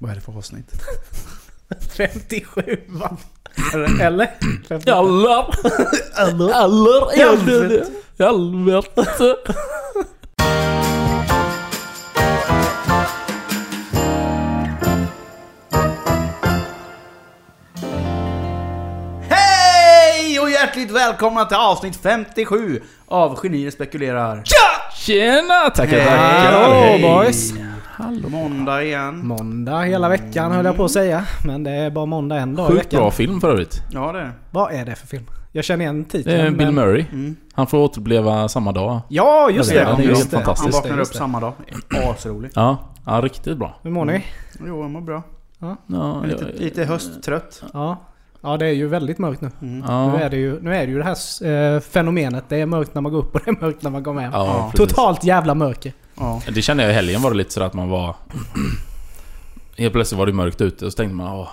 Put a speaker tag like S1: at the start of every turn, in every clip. S1: Vad är det för avsnitt?
S2: 57 va? Eller? eller?
S3: Eller?
S2: Eller?
S3: Eller?
S2: I helvete.
S3: Helvete.
S2: Hej och hjärtligt välkomna till avsnitt 57 av Genier spekulerar.
S3: Tjena! Tackar,
S2: Hej.
S3: tackar. boys.
S1: Hallå.
S2: Måndag igen.
S4: Måndag hela veckan höll jag på att säga. Men det är bara måndag en dag i
S3: Sjukt
S4: veckan.
S3: bra film för övrigt.
S2: Ja det.
S4: Vad är det för film? Jag känner igen
S3: Det är
S4: titeln.
S3: Bill
S4: men-
S3: Murray.
S2: Mm.
S3: Han får återuppleva samma dag.
S4: Ja, just
S3: Jag vet,
S4: det.
S3: han är
S4: just
S3: helt
S4: det.
S3: fantastisk.
S2: Han
S4: Just det,
S2: vaknar upp
S4: just det.
S2: samma dag. Asrolig.
S3: Ja, ja riktigt bra.
S4: Hur mår ni?
S2: Jo, jag mår bra.
S3: Ja,
S2: Jag är Lite,
S3: jag-
S2: lite hösttrött.
S4: Ja. Ja, det är ju väldigt mörkt nu. Nu,
S3: Ja,
S4: är det ju, nu är det ju det här eh, fenomenet. Det är mörkt när man går upp och det är mörkt när man går hem.
S3: ja precis.
S4: Totalt jävla mörker.
S2: Ja.
S3: Det kände jag i helgen var det lite sådär att man var... Helt plötsligt var det mörkt ute och så tänkte man åh,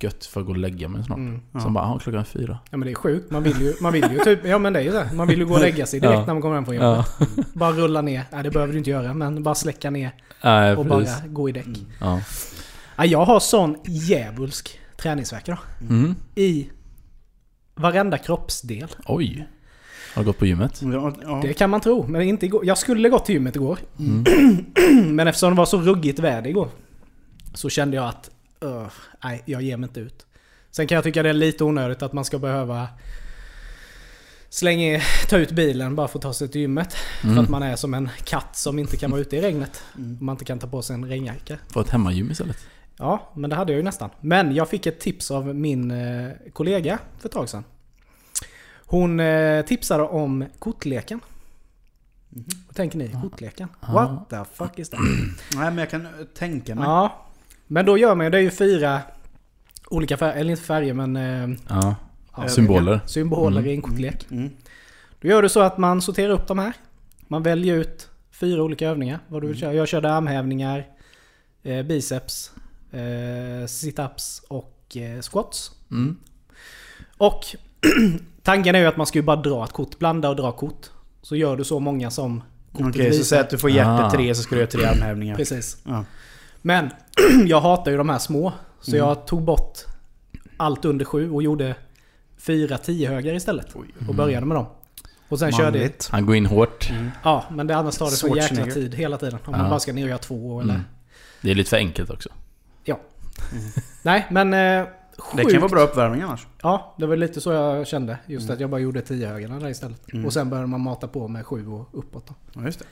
S3: gött för att gå och lägga mig snart.
S4: Mm.
S2: Ja.
S3: Sen bara, ah, klockan är fyra.
S4: Ja men det är sjukt. Man vill ju, man vill ju typ... Ja men det är ju det. Man vill ju gå och lägga sig direkt
S3: Ja.
S4: när man kommer hem från jobbet.
S3: Ja,
S4: Bara rulla ner. Nej det behöver du inte göra men bara släcka ner
S3: nej
S4: och
S3: precis.
S4: bara
S3: Mm.
S4: gå i däck.
S3: Ja.
S4: Ja, jag har sån djävulsk träningsvärk idag.
S3: Mm.
S4: i varenda kroppsdel.
S3: Oj. Har du gått på gymmet?
S2: Ja, ja.
S4: Det kan man tro, men inte igår. Jag skulle gått till gymmet igår. men eftersom det var så ruggigt väder igår så kände jag att "Ugh, nej, jag ger mig inte ut. Sen kan jag tycka det är lite onödigt att man ska behöva slänga, ta ut bilen bara för att ta sig till gymmet. För att man är som en katt som inte kan vara ute i regnet. Om man inte kan ta på sig en regnjacka.
S3: På ett hemmagym istället?
S4: Ja, men det hade jag ju nästan. Men jag fick ett tips av min eh, kollega för ett tag sedan. Hon eh, tipsade om kortleken.
S2: Mhm.
S4: Vad tänker ni? Kortleken? What the fuck is that?
S2: Nej, men jag kan eh, tänka mig.
S4: ja, men då gör man ju, det är ju fyra olika färger, eller inte färger men eh,
S3: Ja.
S4: ja,
S3: Symboler.
S4: symboler i en kortlek.
S2: Mm.
S4: Då gör du så att man sorterar upp de här. Man väljer ut fyra olika övningar. Vad du
S2: Mm.
S4: vill köra. Jag körde armhävningar, eh, biceps, eh, situps och eh, squats.
S3: Mm.
S4: Och tanken är ju att man ska ju bara dra ett kort. Blanda och dra kort. Så gör du så många som
S2: Okej,
S4: kortet
S2: så
S4: visar.
S2: säg att du får hjärtat
S3: Ah.
S2: tre så ska du göra tre armhävningar.
S4: Precis.
S2: Ja.
S4: Men jag hatar ju de här små. Så
S2: Mm.
S4: jag tog bort allt under sju och gjorde fyra tiohögar istället.
S2: Oj.
S4: Och började med dem. Och sen körde jag
S2: Manligt.
S3: Han går in hårt.
S4: Ja, men det annars tar det så jäkla
S2: Schwarzenegger.
S4: tid hela tiden. Om
S3: Ja.
S4: man bara ska ner och göra två eller...
S3: Mm. Det är lite för enkelt också.
S4: Ja. Nej, men...
S2: Mm.
S4: Eh,
S2: Det
S4: sjukt.
S2: kan vara bra Mm. uppvärmning annars.
S4: Ja, det var lite så jag kände. Just att jag bara gjorde tiohögarna där istället.
S2: Mm.
S4: Och sen började man mata på med sju och uppåt då.
S2: Ja, just det.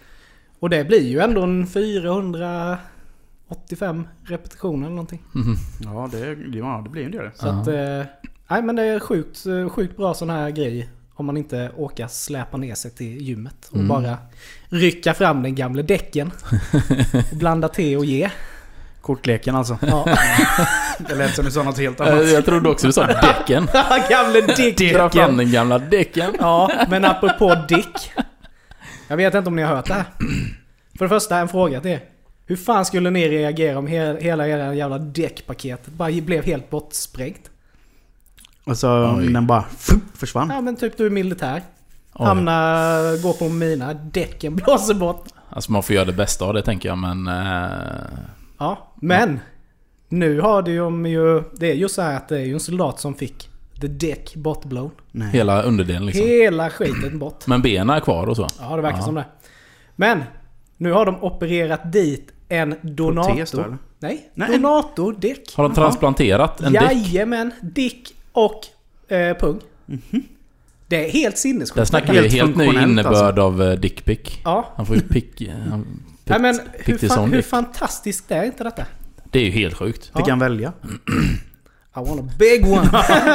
S4: Och det blir ju ändå en 485 repetitioner eller någonting.
S2: Ja, det, ja, det blir ju det. det.
S4: Så att... Eh, nej, men det är sjukt, eh, sjukt bra sån här grej. Om man inte orkar släpa ner sig till gymmet och bara rycka fram den gamla däcken. och blanda te och ge.
S2: Kortleken alltså.
S4: Ja.
S2: Det lät som du sa något helt
S3: Eh,
S2: annat.
S3: Jag trodde också du sa däcken.
S4: Gamle Dick.
S3: Dra fram den gamla däcken.
S4: Ja, men apropå Dick. Jag vet inte om ni har hört det här. För det första, en fråga till er. Hur fan skulle ni reagera om he- hela era jävla däckpaket bara blev helt bortsprängt?
S2: Och så
S3: Oj.
S2: den bara fup, försvann.
S4: Ja men typ du är militär.
S3: Oj.
S4: Hamnar, går på mina, däcken blåser bort.
S3: Alltså man får göra det bästa av det tänker jag men... eh,
S4: Ja, men. Nu har det ju, ju, det är ju så här att det är ju en soldat som fick the dick bortblown.
S2: Nej.
S3: hela underdelen liksom.
S4: Hela skiten bort.
S3: Men benen är kvar och så.
S4: Ja, det verkar
S3: Ja.
S4: som det. Men, nu har de opererat dit en donator.
S2: Protes då, eller?
S4: Nej,
S2: Nej, en-
S4: donator-dick.
S3: Har de transplanterat en däck?
S4: Jajamän, dick och eh, pung. Det är helt
S3: Mhm. Där
S4: sinnessjukt.
S3: snackar vi
S2: Helt
S3: helt ny
S2: funktionellt,
S3: innebörd
S2: alltså.
S3: av eh, dickpic.
S4: Ja.
S3: Han får ju pick... eh, han-
S4: Nej, men
S3: pick
S4: hur,
S3: till
S4: fan,
S3: sån
S4: hur
S3: dick.
S4: fantastiskt är inte detta?
S3: Det är ju helt sjukt.
S2: Fick han välja?
S3: Mm.
S4: I want a big one.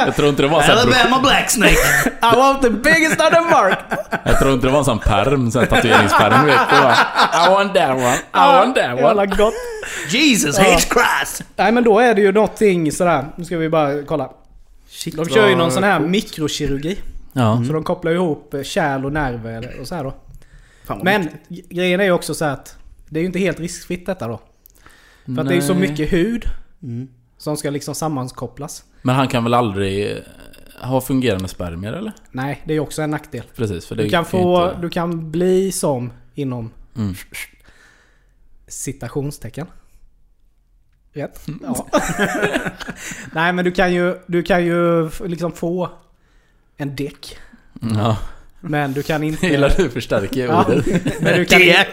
S3: Jag tror inte det var en sån,
S2: Alabama Blacksnake!
S4: I want the biggest on the mark.
S3: jag tror inte det var en sån perm, sån tatueringspärm vet du va? I want that one, I want that
S4: Jävla
S3: one.
S4: gott.
S2: Jesus hates Christ!
S4: Nej men då är det ju någonting sådär. Nu ska vi bara kolla.
S2: Shit,
S4: De kör ju
S2: vad-
S4: någon sån här mikrokirurgi.
S3: Ja.
S4: Så de kopplar ihop eh, kärl och nerver och så här då.
S2: Fan, vad
S4: Men
S2: mäktigt.
S4: g- grejen är ju också så att det är ju inte helt riskfritt detta då. För att det är ju så
S3: Nej. Mm.
S4: mycket hud som ska liksom sammankopplas.
S3: Men han kan väl aldrig eh, ha fungerande spermier eller?
S4: Nej, det är ju också en nackdel.
S3: Precis, för det
S4: Du kan,
S3: ju
S4: få,
S3: inte-
S4: du kan bli som inom
S3: Mm.
S4: citationstecken. Rätt.
S3: Mm.
S4: Ja. Nej men du kan ju, du kan ju f- liksom få en däck.
S3: Ja,
S4: Men du kan inte...
S3: gillar du förstärker
S4: Ja,
S3: ordet?
S4: men, du kan,
S2: Däck!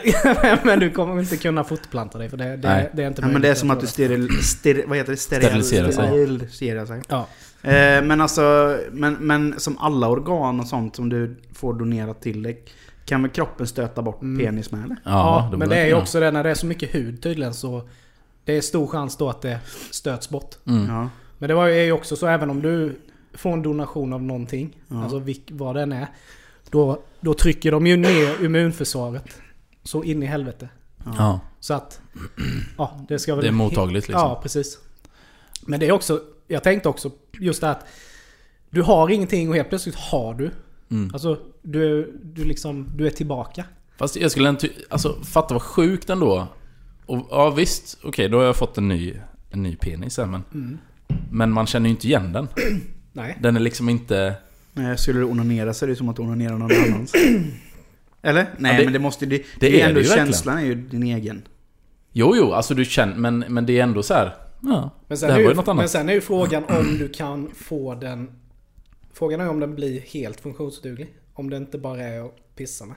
S4: men du kommer inte kunna fotplanta dig för det, det,
S3: Nej.
S4: det är inte
S2: Ja, men det är
S4: möjligt,
S2: som
S4: jag
S2: att du
S4: tror
S2: steril, steril, vad heter det? Steril,
S3: Sterilisera sig.
S2: Sterilisera sig.
S4: det. Ja.
S2: Eh, men alltså, men, men som alla organ och sånt som du får donerat till dig kan väl kroppen stöta bort
S4: Mm.
S2: penis med eller?
S4: Ja,
S3: borde-
S4: men det är ju
S3: ja.
S4: också det när det är så mycket hud tydligen så Det är stor chans då att det stöts bort.
S3: Mm.
S2: Ja.
S4: Men det var ju- är ju också så även om du får en donation av någonting,
S2: Ja.
S4: alltså vilk, vad den är. Då, då trycker de ju ner immunförsvaret så in i helvete.
S3: Ja,
S4: Så att... Ja, det ska väl...
S3: det är mottagligt liksom.
S4: Ja, precis. Men det är också... Jag tänkte också just det här att du har ingenting och helt plötsligt har du.
S3: Mm.
S4: Alltså, du, du liksom... Du är tillbaka.
S3: Fast jag skulle inte... Alltså, fatta vad sjukt ändå. Och, ja, visst. Okej, då har jag fått en ny, en ny penis här, men...
S4: Mm.
S3: Men man känner ju inte igen den.
S4: Nej.
S3: Den är liksom inte...
S2: Nej, Eh, skulle du onanera så är det som att onanera någon annans. Eller? Nej
S3: Ja, det-
S2: men det måste ju... Det,
S3: det
S2: det är
S3: är
S2: ändå
S3: det ju verkligen.
S2: känslan är ju din egen.
S3: Jo, jo, alltså du känner... Men, men det är ändå så här... Ja,
S4: Men
S3: det
S4: sen,
S3: här
S4: är
S3: var
S4: ju,
S3: ju något
S4: men
S3: annat.
S4: sen är ju frågan om du kan få den... Frågan är om den blir helt funktionsduglig. Om det inte bara är att pissa med.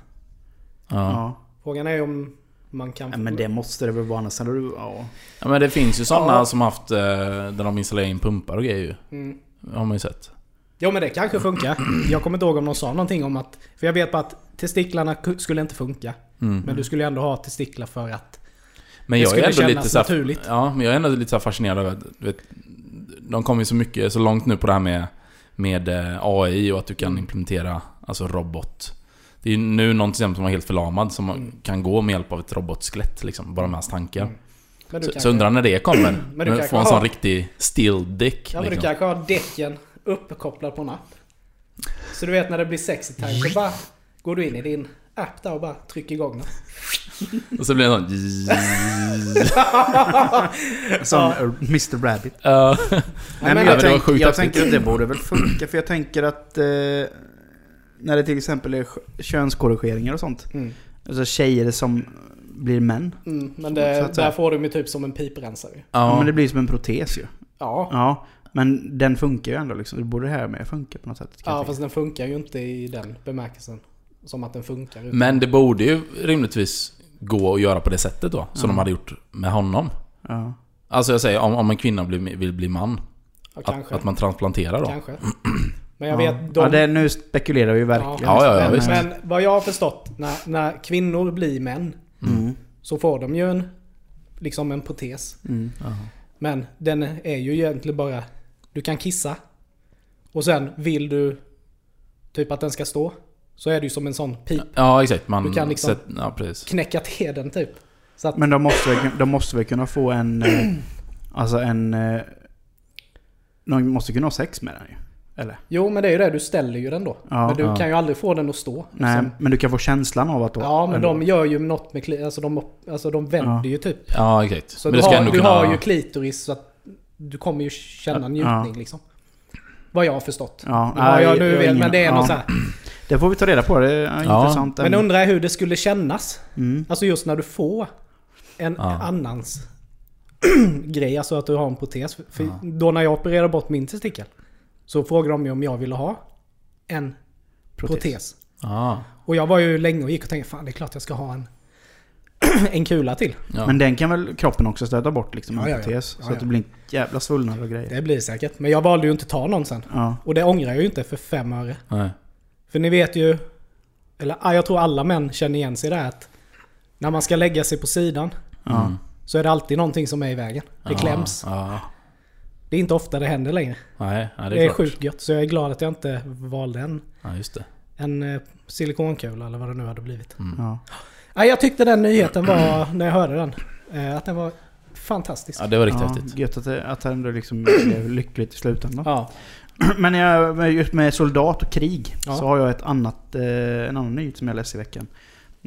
S3: ja.
S2: Ja.
S4: Frågan är ju om man kan...
S2: ja. Men det måste det väl vara annars hade du... Ja.
S3: ja, men det finns ju sådana
S4: Ja.
S3: som haft... eh, Där de installerar in pumpar och grejer ju.
S4: Mm.
S3: Har man ju sett.
S4: Jo men det kanske funkar. Jag kommer inte ihåg om någon sa någonting om att... För jag vet bara att testiklarna ku- skulle inte funka.
S3: Mm.
S4: Men du skulle ändå ha testiklar för att...
S3: Men
S4: Det
S3: jag
S4: skulle
S3: är ändå
S4: kännas
S3: lite så här,
S4: naturligt.
S3: Ja, men jag är ändå lite så här fascinerad över att, du vet, De kommer ju så mycket, så långt nu på det här med, med eh, AI och att du kan implementera alltså robot. Det är ju nu någon till exempel som var helt förlamad som kan gå med hjälp av ett robotskelett liksom, bara med hans tankar.
S4: Mm. Men du
S3: Så, så
S4: kanske-
S3: undrar när det kommer.
S4: Men
S3: men
S4: du
S3: du
S4: kanske
S3: får en sån
S4: har-
S3: riktig steel dick
S4: Ja men du
S3: liksom.
S4: kanske har däcken uppkopplad på en app. Så du vet när det blir sexy time
S3: Mm.
S4: så bara går du in i din app där och bara trycker igång den.
S3: Och så blir det en sån...
S2: Som Mr Rabbit.
S3: Ja.
S2: Nej, men
S4: men
S2: jag,
S4: det
S3: var
S2: tänk,
S3: sjukt
S2: jag
S3: häftigt.
S2: tänker att det borde väl funka, för jag tänker att eh, när det till exempel är skö- könskorrigeringar och sånt,
S4: Mm.
S2: alltså tjejer som blir män,
S4: Mm, men
S2: Så
S4: det,
S2: att säga.
S4: där får du mig typ som en piprensare.
S2: ja. men det
S3: ja.
S2: blir som en protes ju.
S4: Ja.
S2: Ja, men den funkar ju ändå liksom, det borde det här med funka på något sätt. kan jag
S4: Ja
S2: tänka.
S4: fast den funkar ju inte i den bemärkelsen. Som att den funkar. utan-
S3: Men det borde ju rimligtvis gå att göra på det sättet då, som
S4: Mm.
S3: de hade gjort med honom.
S2: ja.
S3: Alltså jag säger om, om en kvinna blir, vill bli man.
S4: ja,
S3: Att,
S4: kanske.
S3: att man transplanterar då.
S4: kanske. Men jag
S2: ja.
S4: vet de...
S2: ja, det, nu spekulerar vi verkligen. eh,
S3: Ja, ja, ja,
S4: men,
S3: visst.
S4: men vad jag har förstått, när, när kvinnor blir män
S2: Mm.
S4: så får de ju en, liksom en protes.
S2: Mm.
S4: Men den är ju egentligen bara, du kan kissa. Och sen vill du typ att den ska stå. Så är det ju som en sån pip.
S3: Ja, exakt. Man
S4: Du kan liksom-
S3: sätt- ja, precis.
S4: Knäcka till den typ. Så att,
S2: Men de måste, väl- de måste väl kunna få en, eh, alltså en, eh, de måste kunna ha sex med den ju. Eller?
S4: jo men det är ju det, du ställer ju den då.
S2: Ja,
S4: men du
S3: ja.
S4: kan ju aldrig få den att stå.
S2: Nej,
S4: Sen,
S2: men du kan få känslan av att...
S4: ja men de gör ju något med kli- alltså de, alltså de vänder
S2: Ja.
S4: ju typ.
S3: Ja, exakt.
S4: Så
S3: men
S4: du,
S3: du ska
S4: har,
S3: ändå
S4: du
S3: kunna...
S4: har ju klitoris så att du kommer ju känna njutning liksom. Vad jag har förstått.
S2: Ja,
S4: Nu har
S2: nej,
S4: jag nu
S2: jag har
S4: väl,
S2: ingen-
S4: men det är
S2: ja.
S4: något så här.
S2: Det får vi ta reda på, det är
S3: Ja.
S2: intressant.
S4: Men
S2: ämne.
S4: undrar jag hur det skulle kännas.
S2: Mm.
S4: Alltså just när du får en
S3: Ja.
S4: annans grej, alltså att du har en protes. För Då när jag opererade bort min testikel så frågade de ju om jag ville ha en protes.
S3: Ja.
S4: Och jag var ju länge och gick och tänkte fan det är klart jag ska ha en, en kula till.
S3: ja.
S2: Men den kan väl kroppen också stöta bort liksom,
S4: Ja,
S2: en
S4: ja, ja.
S2: protes.
S4: Ja,
S2: Så att det
S4: ja.
S2: blir en jävla svullnad och grejer.
S4: Det blir det säkert. Men jag valde ju inte att ta någon sen.
S2: Ja.
S4: Och det ångrar jag ju inte för fem öre.
S3: Nej.
S4: För ni vet ju, eller ah, jag tror alla män känner igen sig där att när man ska lägga sig på sidan
S2: Ja.
S4: så är det alltid någonting som är i vägen.
S3: Ah,
S4: Det kläms.
S3: Ja.
S4: Det är inte ofta det händer längre.
S3: Nej, ja,
S4: Det
S3: det
S4: är,
S3: är, klart.
S4: sjukt gött, så jag är glad att jag inte valde en,
S3: Ja, just det.
S4: en eh, silikonkula eller vad det nu hade blivit.
S3: Mm.
S2: Ja.
S4: Nej, jag tyckte den nyheten var, när jag hörde den, eh, att den var fantastisk.
S3: Ja, det var riktigt
S2: ja.
S3: häftigt.
S2: Gött att det, att det ändå liksom blev lyckligt i slutändan.
S4: Ja.
S2: Men jag, men just med soldat och krig
S4: Ja.
S2: så har jag ett annat, eh, en annan nyhet som jag läste i veckan.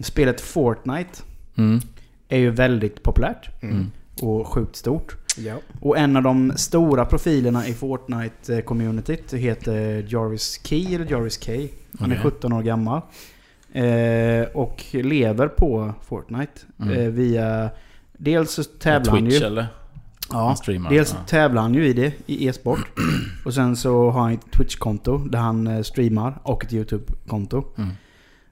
S2: Spelet Fortnite
S3: Mm.
S2: är ju väldigt populärt
S3: Mm.
S2: och sjukt stort.
S4: Ja.
S2: Och en av de stora profilerna i Fortnite-communityt heter Jarvis Key, eller Jarvis K. Han är
S3: Okej.
S2: 17 år gammal. Eh, och lever på Fortnite.
S3: Mm.
S2: Eh, via... Dels så tävlar han
S3: Twitch
S2: ju.
S3: eller?
S2: Ja,
S3: streamar,
S2: dels
S3: ja.
S2: tävlar han ju i det, i e-sport. Och sen så har han ett Twitch-konto där han eh, streamar och ett YouTube-konto.
S3: Mm.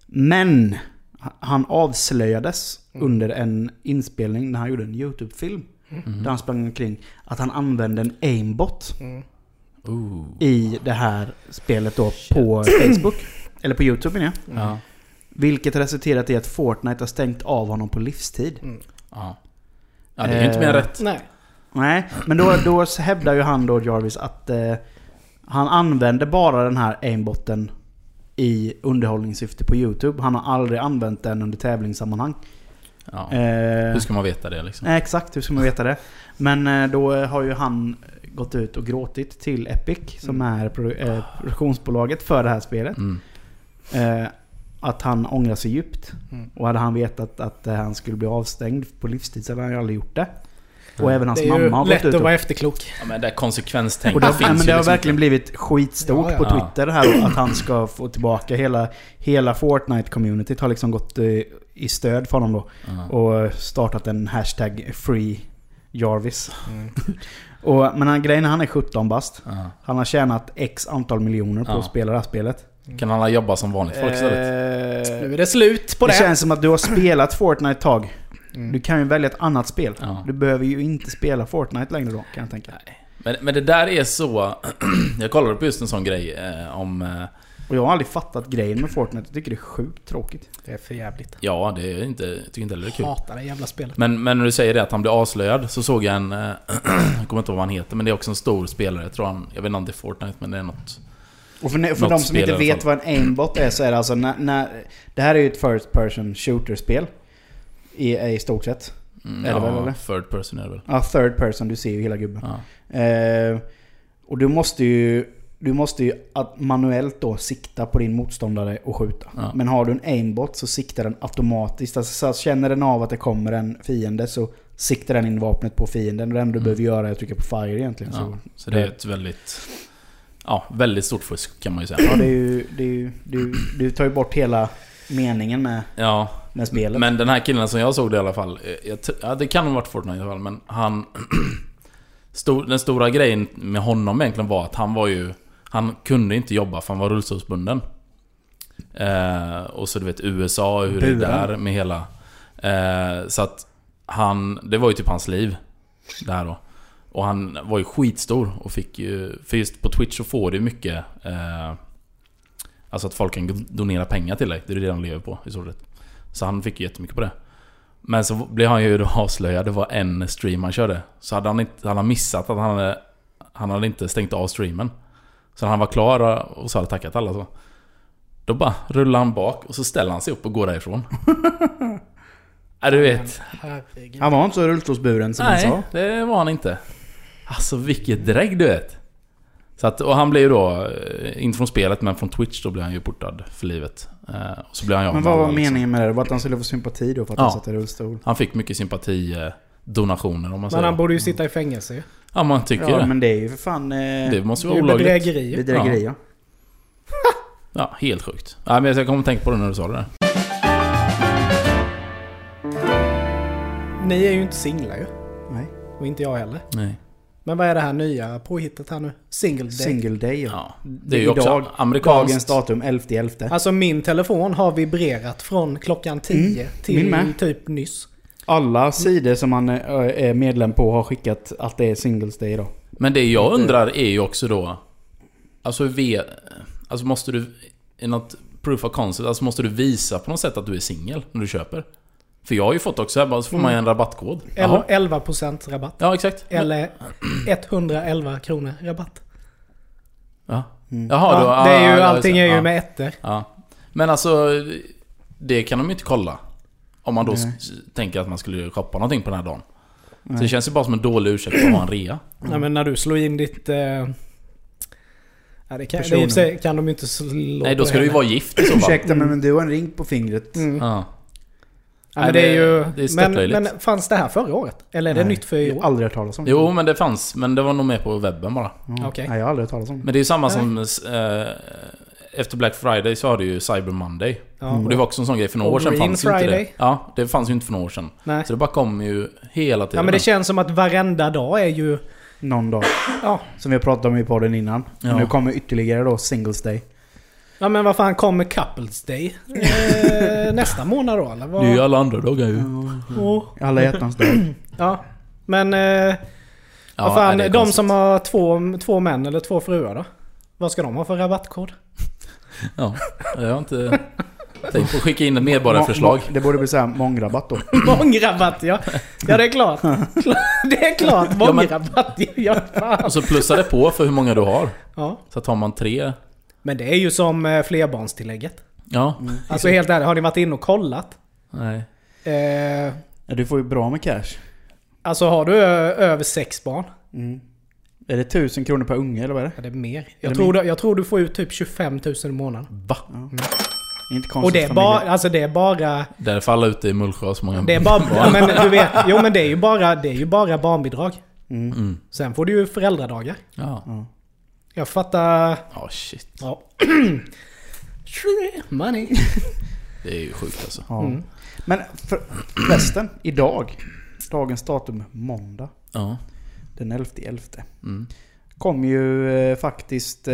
S2: Men! ha- Han avslöjades
S3: Mm.
S2: under en inspelning när han gjorde en YouTube-film.
S3: Mm.
S2: Där han sprang omkring att han använde en aimbot
S4: Mm.
S3: Ooh.
S2: i det här spelet då på Facebook. Eller på YouTube menar jag.
S4: Mm.
S3: Ja.
S2: Vilket resulterat i att Fortnite har stängt av honom på livstid.
S4: Mm.
S3: Ja. ja, det är ju inte mer
S2: Eh,
S3: rätt.
S4: Nej.
S2: Nej, men då, då så hävdar ju han då Jarvis att eh, han använder bara den här aimbotten i underhållningssyfte på YouTube. Han har aldrig använt den under tävlingssammanhang.
S3: Ja.
S2: Eh,
S3: Hur ska man veta det liksom?
S2: nej, Eh, exakt, hur ska man veta det? Men eh, då har ju han gått ut och gråtit till Epic, som
S4: Mm.
S2: är produ- eh, produktionsbolaget för det här spelet.
S3: Mm.
S2: Eh, att han ångrar sig djupt.
S4: Mm.
S2: Och hade han vetat att eh, han skulle bli avstängd på livstid så hade han ju aldrig gjort det. Och
S3: Mm.
S2: även hans
S4: det är ju
S2: mamma har gått
S4: lätt
S2: ut
S4: att
S2: och
S4: vara efterklok.
S3: Ja, men det där
S2: Och
S3: konsekvenstänket
S2: det,
S3: finns
S2: ja, men
S3: ju
S2: det har
S3: liksom
S2: verkligen
S3: inte.
S2: blivit skitstort
S4: Ja, ja.
S2: på
S3: Ja.
S2: Twitter här och att han ska få tillbaka hela, hela Fortnite-communityt har liksom gått eh, i stöd för honom då.
S3: Ja.
S2: Och startat en hashtag free Jarvis.
S4: Mm.
S2: Och, men han, grejen är han är 17 bast.
S3: Ja.
S2: Han har tjänat x antal miljoner på
S3: Ja.
S2: att spela det här spelet.
S3: Kan alla jobba som vanligt folk istället?
S2: Eh,
S4: Nu är det slut på
S2: det Mm.
S4: det.
S2: känns som att du har spelat Fortnite ett tag. Du kan ju välja ett annat spel.
S3: Ja.
S2: Du behöver ju inte spela Fortnite längre då, kan jag tänka.
S3: Men, men det där är så... jag kollade på just en sån grej eh, om... Eh,
S2: Och jag har aldrig fattat grejen med Fortnite. Jag tycker det är sjukt tråkigt.
S4: Det är för jävligt.
S3: ja, det är inte... Jag tycker inte heller det är kul.
S4: Hatar det jävla spelet.
S3: Men, men när du säger det att han blir avslöjad så såg jag en... eh, jag kommer inte ihåg vad han heter men det är också en stor spelare. Jag tror han... Jag vet inte om det är Fortnite men det är något...
S2: Och för, ne- för
S3: Något
S2: de som
S3: spel i
S2: inte
S3: alla
S2: vet vad en aimbot är så är det alltså när, när, Det här är ju ett first person shooter-spel. I, I stort sett.
S3: Mm,
S2: Är det väl,
S3: ja,
S2: eller?
S3: Third person är det väl?
S2: Ja, third person, du ser ju hela gubben.
S3: Ja.
S2: Eh, och du måste ju... Du måste ju att manuellt då sikta på din motståndare och skjuta.
S3: Ja.
S2: Men har du en aimbot så siktar den automatiskt. Alltså, så att känner den av att det kommer en fiende så siktar den in vapnet på fienden. Och det enda du behöver göra är att trycka på fire egentligen.
S3: Mm. Ja,
S2: Så,
S3: så det är ett väldigt... Ja, väldigt stort fusk kan man ju
S2: ja,
S3: säga.
S2: det är ju, det är ju, du, du tar ju bort hela meningen med
S3: Ja,
S2: med spelet.
S3: Men den här killen som jag såg det i alla fall, eh, jag, tr- ja, det kan ha varit Fortnite i alla fall, men han... stor, den stora grejen med honom egentligen var att han var ju... Han kunde inte jobba för han var rullstolsbunden. Eh, och så du vet USA, hur det är
S2: Buren.
S3: där med hela... Eh, så att han... Det var ju typ hans liv. Det här då. Och han var ju skitstor och fick ju... För just på Twitch så får du mycket... Eh, alltså att folk kan donera pengar till dig. Det är det de lever på i stort sett. Så han fick ju jättemycket på det. Men så blev han ju då avslöjad. Det var en stream han körde. Så hade han, inte, han hade missat att han hade, han hade inte stängt av streamen. Så när han var klar och så hade tackat alla så. Då bara rullar han bak och så ställer han sig upp och går därifrån. ja du vet.
S4: Herregud.
S2: Han var inte så rullstolsburen som han
S3: Nej,
S2: sa.
S3: det var han inte. Alltså vilket drägg du vet. Så att, och han blev ju då, eh, inte från spelet men från Twitch, då blev han ju portad för livet. Eh, och så blev han ju av
S2: Men
S3: med
S2: vad var
S3: alla, liksom.
S2: meningen med det? Det Var att han skulle få sympati då för att
S3: Ja.
S2: han satt i rullstol?
S3: Han fick mycket sympati, eh, donationer om man
S4: Men
S3: säger.
S4: han borde ju sitta i fängelse ju.
S3: Ja, man tycker
S2: Ja,
S3: det.
S2: men det är ju för fan... Eh,
S3: Det
S2: det
S3: måste
S4: Det
S3: vara
S4: är ju
S3: olagligt.
S4: bedrägeri ju.
S2: bedrägeri ja.
S3: Ja, helt sjukt. Ja, men jag kommer att tänka på det när du sa det där.
S4: Ni är ju inte singlar ju.
S2: Nej.
S4: Och inte jag heller.
S3: Nej.
S4: Men vad är det här nya påhittet här nu? Single day.
S2: Single day ja.
S3: Ja, det är ju också
S2: Idag,
S3: amerikanskt.
S2: Dagens datum 11.11.
S4: Alltså min telefon har vibrerat från klockan 10
S2: min
S4: till
S2: med.
S4: typ nyss.
S2: Alla sidor som han eh, är medlem på har skickat att det är singles day idag.
S3: Men det jag undrar är ju också då... Alltså, vi, alltså måste du... I något proof of concept, alltså måste du visa på något sätt att du är singel när du köper? För jag har ju fått också här, bara så får man ju en rabattkod.
S4: Mm. Eller
S3: Jaha.
S4: 11% rabatt.
S3: Ja, exakt.
S4: Eller 111 kronor rabatt.
S3: Ja. Jaha, då,
S4: Mm. ja,
S3: Ah,
S4: det är ju,
S3: ja,
S4: allting är ju
S3: ja.
S4: med ettor.
S3: Ja. Men alltså, det kan de ju inte kolla. Om man då s- tänker att man skulle shoppa någonting på den här dagen. Så det känns ju bara som en dålig ursäkt för att ha en rea.
S4: Nej men när du slår in ditt... Eh, ja, det kan, det i och
S2: Personnummer.
S4: för sig kan de ju inte slå
S3: Nej, då
S4: på
S3: ska du ju
S4: henne.
S3: vara gift i så fall.
S2: Ursäkta men du har en ring på fingret.
S3: Ja.
S4: Mm. Ja, men
S3: Nej,
S4: det är ju...
S3: det är
S4: men,
S3: störtlöjligt.
S4: men fanns det här förra året? Eller är det nytt för i
S2: Jag har
S4: år?
S2: aldrig hört talas om det.
S3: Jo, men det fanns. Men det var nog med på webben bara.
S2: Mm.
S4: Okej.
S2: Nej, jag har aldrig hört talas om det.
S3: Men det är ju samma som eh, efter Black Friday så har du ju Cyber Monday.
S4: Ja.
S3: Mm. Och det var också en sån grej för några
S4: Och
S3: år sedan
S4: Green
S3: fanns ju inte det.
S4: Friday.
S3: Ja, det fanns ju inte för några år sedan.
S4: Nej.
S3: Så det bara kommer ju hela tiden.
S4: Ja men det känns som att varenda dag är ju...
S2: Någon dag.
S4: Ja,
S2: Som vi har pratat om i podden innan.
S3: Ja.
S2: Nu kommer ytterligare då Singles Day.
S4: ja men vad fan kommer Couples Day? Eh, nästa månad då eller? Vad?
S3: Det är ju alla andra dagar ju.
S4: Åh.
S2: Alla hjärtans dag.
S4: Ja. Men eh,
S3: Ja,
S4: vad
S3: nej,
S4: fan,
S3: det är
S4: de
S3: konstigt.
S4: som har två, två män eller två fruar då? Vad ska de ha för rabattkod?
S3: Ja, jag har inte tänkt på att skicka in ett medborgarförslag.
S2: Må- må- Det borde bli såhär mångrabatt då.
S4: Mångrabatt ja! Ja det är klart. Kla- Det är klart
S3: men-
S4: mångrabatt. Ja, fan.
S3: Och så plussa det på för hur många du har.
S4: ja.
S3: Så tar man tre...
S4: Men det är ju som eh, flerbarnstillägget.
S3: Ja,
S4: Alltså helt ärligt, har ni varit inne och kollat?
S3: nej.
S4: Eh,
S2: Ja, du får ju bra med cash.
S4: alltså har du ö- över sex barn?
S2: Mm. Är det 1000 kronor per unge eller vad är det?
S4: Ja, det är mer.
S2: Är
S4: Jag,
S2: det
S4: tror, du, jag tror du får ut typ 25 000 i månaden.
S3: Va?
S2: Inte
S4: Och
S2: konstigt
S4: det är, bara, alltså det är bara...
S3: Därför alla ute i Mullsjö har så många
S4: Det är bara... ja, men du vet, jo men det är ju bara, det är ju bara barnbidrag.
S2: Mm.
S3: Mm.
S4: Sen får du ju föräldradagar.
S3: Ja.
S4: Mm. Jag fattar...
S3: Ja, shit.
S4: Ja. Money.
S3: Det är ju sjukt alltså.
S2: Ja.
S4: Mm.
S2: Men för, förresten, idag. Dagens datum, måndag.
S3: Ja.
S2: Den 11 11.
S3: Mm.
S2: Kom ju eh, faktiskt eh,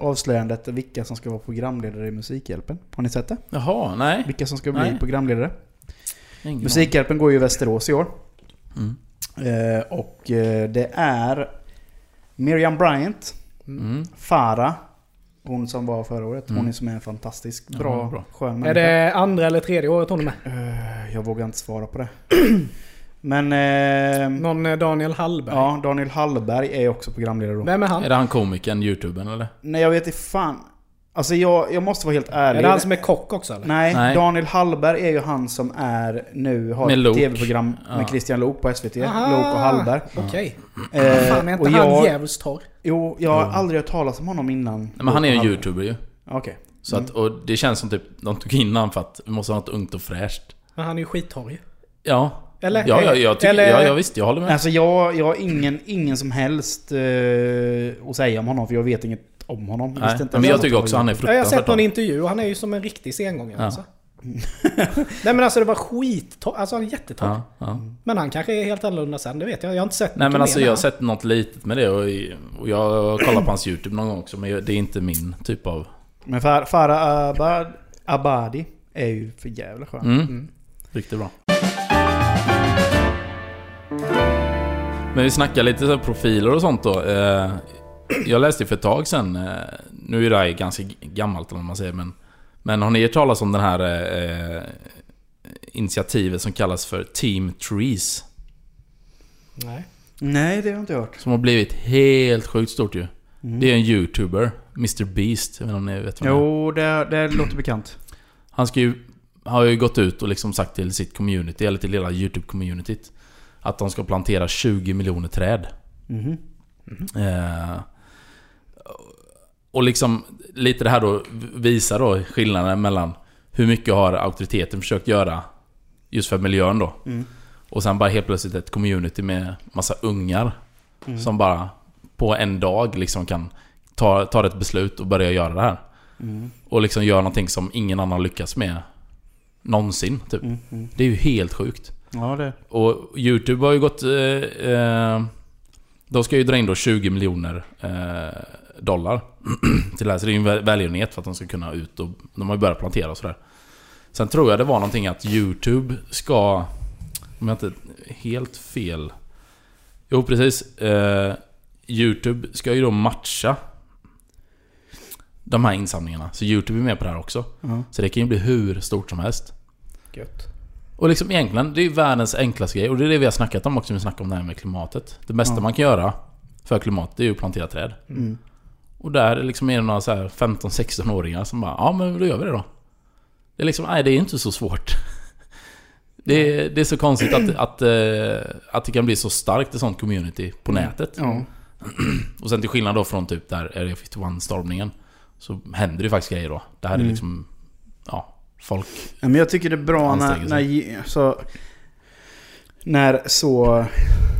S2: avslöjandet vilka som ska vara programledare i Musikhjälpen. Har ni sett det?
S3: Jaha, nej.
S2: Vilka som ska bli
S3: Nej.
S2: programledare.
S3: Ingen
S2: Musikhjälpen går ju i Västerås i år.
S3: aning. Mm.
S2: Eh, och eh, det är Miriam Bryant,
S3: Mm.
S2: Farah, hon som var förra året. Hon
S3: Mm.
S2: är som är en fantastisk
S3: Ja,
S2: bra,
S3: bra.
S2: skön
S4: Är
S2: människa.
S4: det andra eller tredje året hon är med?
S2: Eh, jag vågar inte svara på det. Men... Eh,
S4: Någon eh, Daniel Hallberg?
S2: ja, Daniel Hallberg är ju också programledare då.
S4: Vem är han?
S3: Är det han komikern, youtubern eller?
S2: Nej jag vet inte fan. Alltså jag, jag måste vara helt ärlig.
S4: Är det han som är kock också eller?
S2: Nej,
S3: Nej.
S2: Daniel Hallberg är ju han som är nu har
S3: Med
S2: ett
S3: Lok.
S2: tv-program
S3: Ja.
S2: med Christian Lok på SVT.
S4: Aha.
S2: Lok och Hallberg.
S4: Okej.
S2: Eh,
S4: Fan, är inte
S2: och
S4: han
S2: jag,
S4: djävulskt torr?
S2: jo, jag har aldrig hört talas om honom innan.
S3: Nej, men han är ju en youtuber ju.
S2: Okej.
S3: Så att, och det känns som typ, de tog in han för att vi måste ha något ungt och fräscht.
S4: Men han är ju skittorr ju.
S3: Ja.
S4: Eller?
S3: Ja, ja, jag tycker,
S4: Eller-
S3: ja, ja visst, jag håller med.
S2: Alltså jag, jag har ingen, ingen som helst eh, att säga om honom för jag vet inget om honom.
S3: Nej,
S2: Visste inte
S3: men
S2: ens
S3: jag
S2: att
S3: tycker
S2: var
S3: också han är
S4: Ja, Jag har
S3: fruktansvärt
S4: sett någon
S3: bra.
S4: intervju och han är ju som en riktig sengångare
S3: Ja.
S4: alltså. Nej men alltså det var skittorr. Alltså han är jättetorr.
S3: ja, ja.
S4: Men han kanske är helt annorlunda sen, det vet jag. Jag har inte sett
S3: Nej
S4: mycket
S3: men alltså
S4: mer
S3: jag har
S4: med
S3: sett något litet med det och, och jag kollar på hans youtube någon gång också men jag- det är inte min typ av...
S2: Men Far- Farah Abad, Abadi är ju för jävla skön.
S3: Mm. Riktigt bra. Men vi snackar lite så här profiler och sånt då. Eh, Jag läste för ett tag sedan, eh, nu är det här ganska g- gammalt om man säger men... Men har ni hört talas om den här eh, eh, initiativet som kallas för Team Trees?
S4: honom. Nej.
S2: Nej, det har jag inte hört.
S3: Som har blivit helt sjukt stort ju. Det är en YouTuber, Mr Beast, jag vet inte om ni vet vem det är.
S2: Jo, det, det låter bekant.
S3: Han ska ju, har ju gått ut och liksom sagt till sitt community, eller till hela YouTube-communityt Att de ska plantera 20 miljoner träd
S2: Mhm.
S3: eh, Och liksom lite det här då visar då skillnaden mellan Hur mycket har auktoriteten försökt göra Just för miljön då Och sen bara helt plötsligt ett community med massa ungar Som bara på en dag liksom kan ta, ta ett beslut och börja göra det här och liksom gör någonting som ingen annan lyckas med någonsin. Typ.
S2: Mm. mhm.
S3: Det är ju helt sjukt.
S2: Ja, det...
S3: Och YouTube har ju gått... Eh, eh, de ska ju dra in då 20 miljoner eh, dollar till det här. Så det är ju en väl- välgörenhet för att de ska kunna ut och... De har ju börjat plantera och sådär. Sen tror jag det var någonting att YouTube ska... Om jag inte helt fel... Jo, precis. Eh, YouTube ska ju då matcha de här insamlingarna. Så YouTube är med på det här också.
S2: Ja.
S3: Så det kan ju bli hur stort som helst.
S4: Gött.
S3: Och liksom egentligen, det är ju världens enklaste grej. Och det är det vi har snackat om också när vi snackar om det här med klimatet. Det bästa
S2: Ja.
S3: man kan göra för klimatet, det är ju att plantera träd.
S2: Mm.
S3: Och där liksom är det några så här 15-16-åringar som bara Ja men då gör vi det då. Det är liksom, nej det är inte så svårt. Det är, det är så konstigt att, att, eh, att det kan bli så starkt ett sånt community på nätet.
S2: Mm. Ja.
S3: Och sen till skillnad då från typ där Area 51-stormningen. Så händer det faktiskt grejer då. Det här är
S2: Mm.
S3: liksom, ja, folk
S2: Ja, Men jag tycker det är bra när,
S3: Anstränger
S2: när
S3: sig.
S2: ju- så, När så,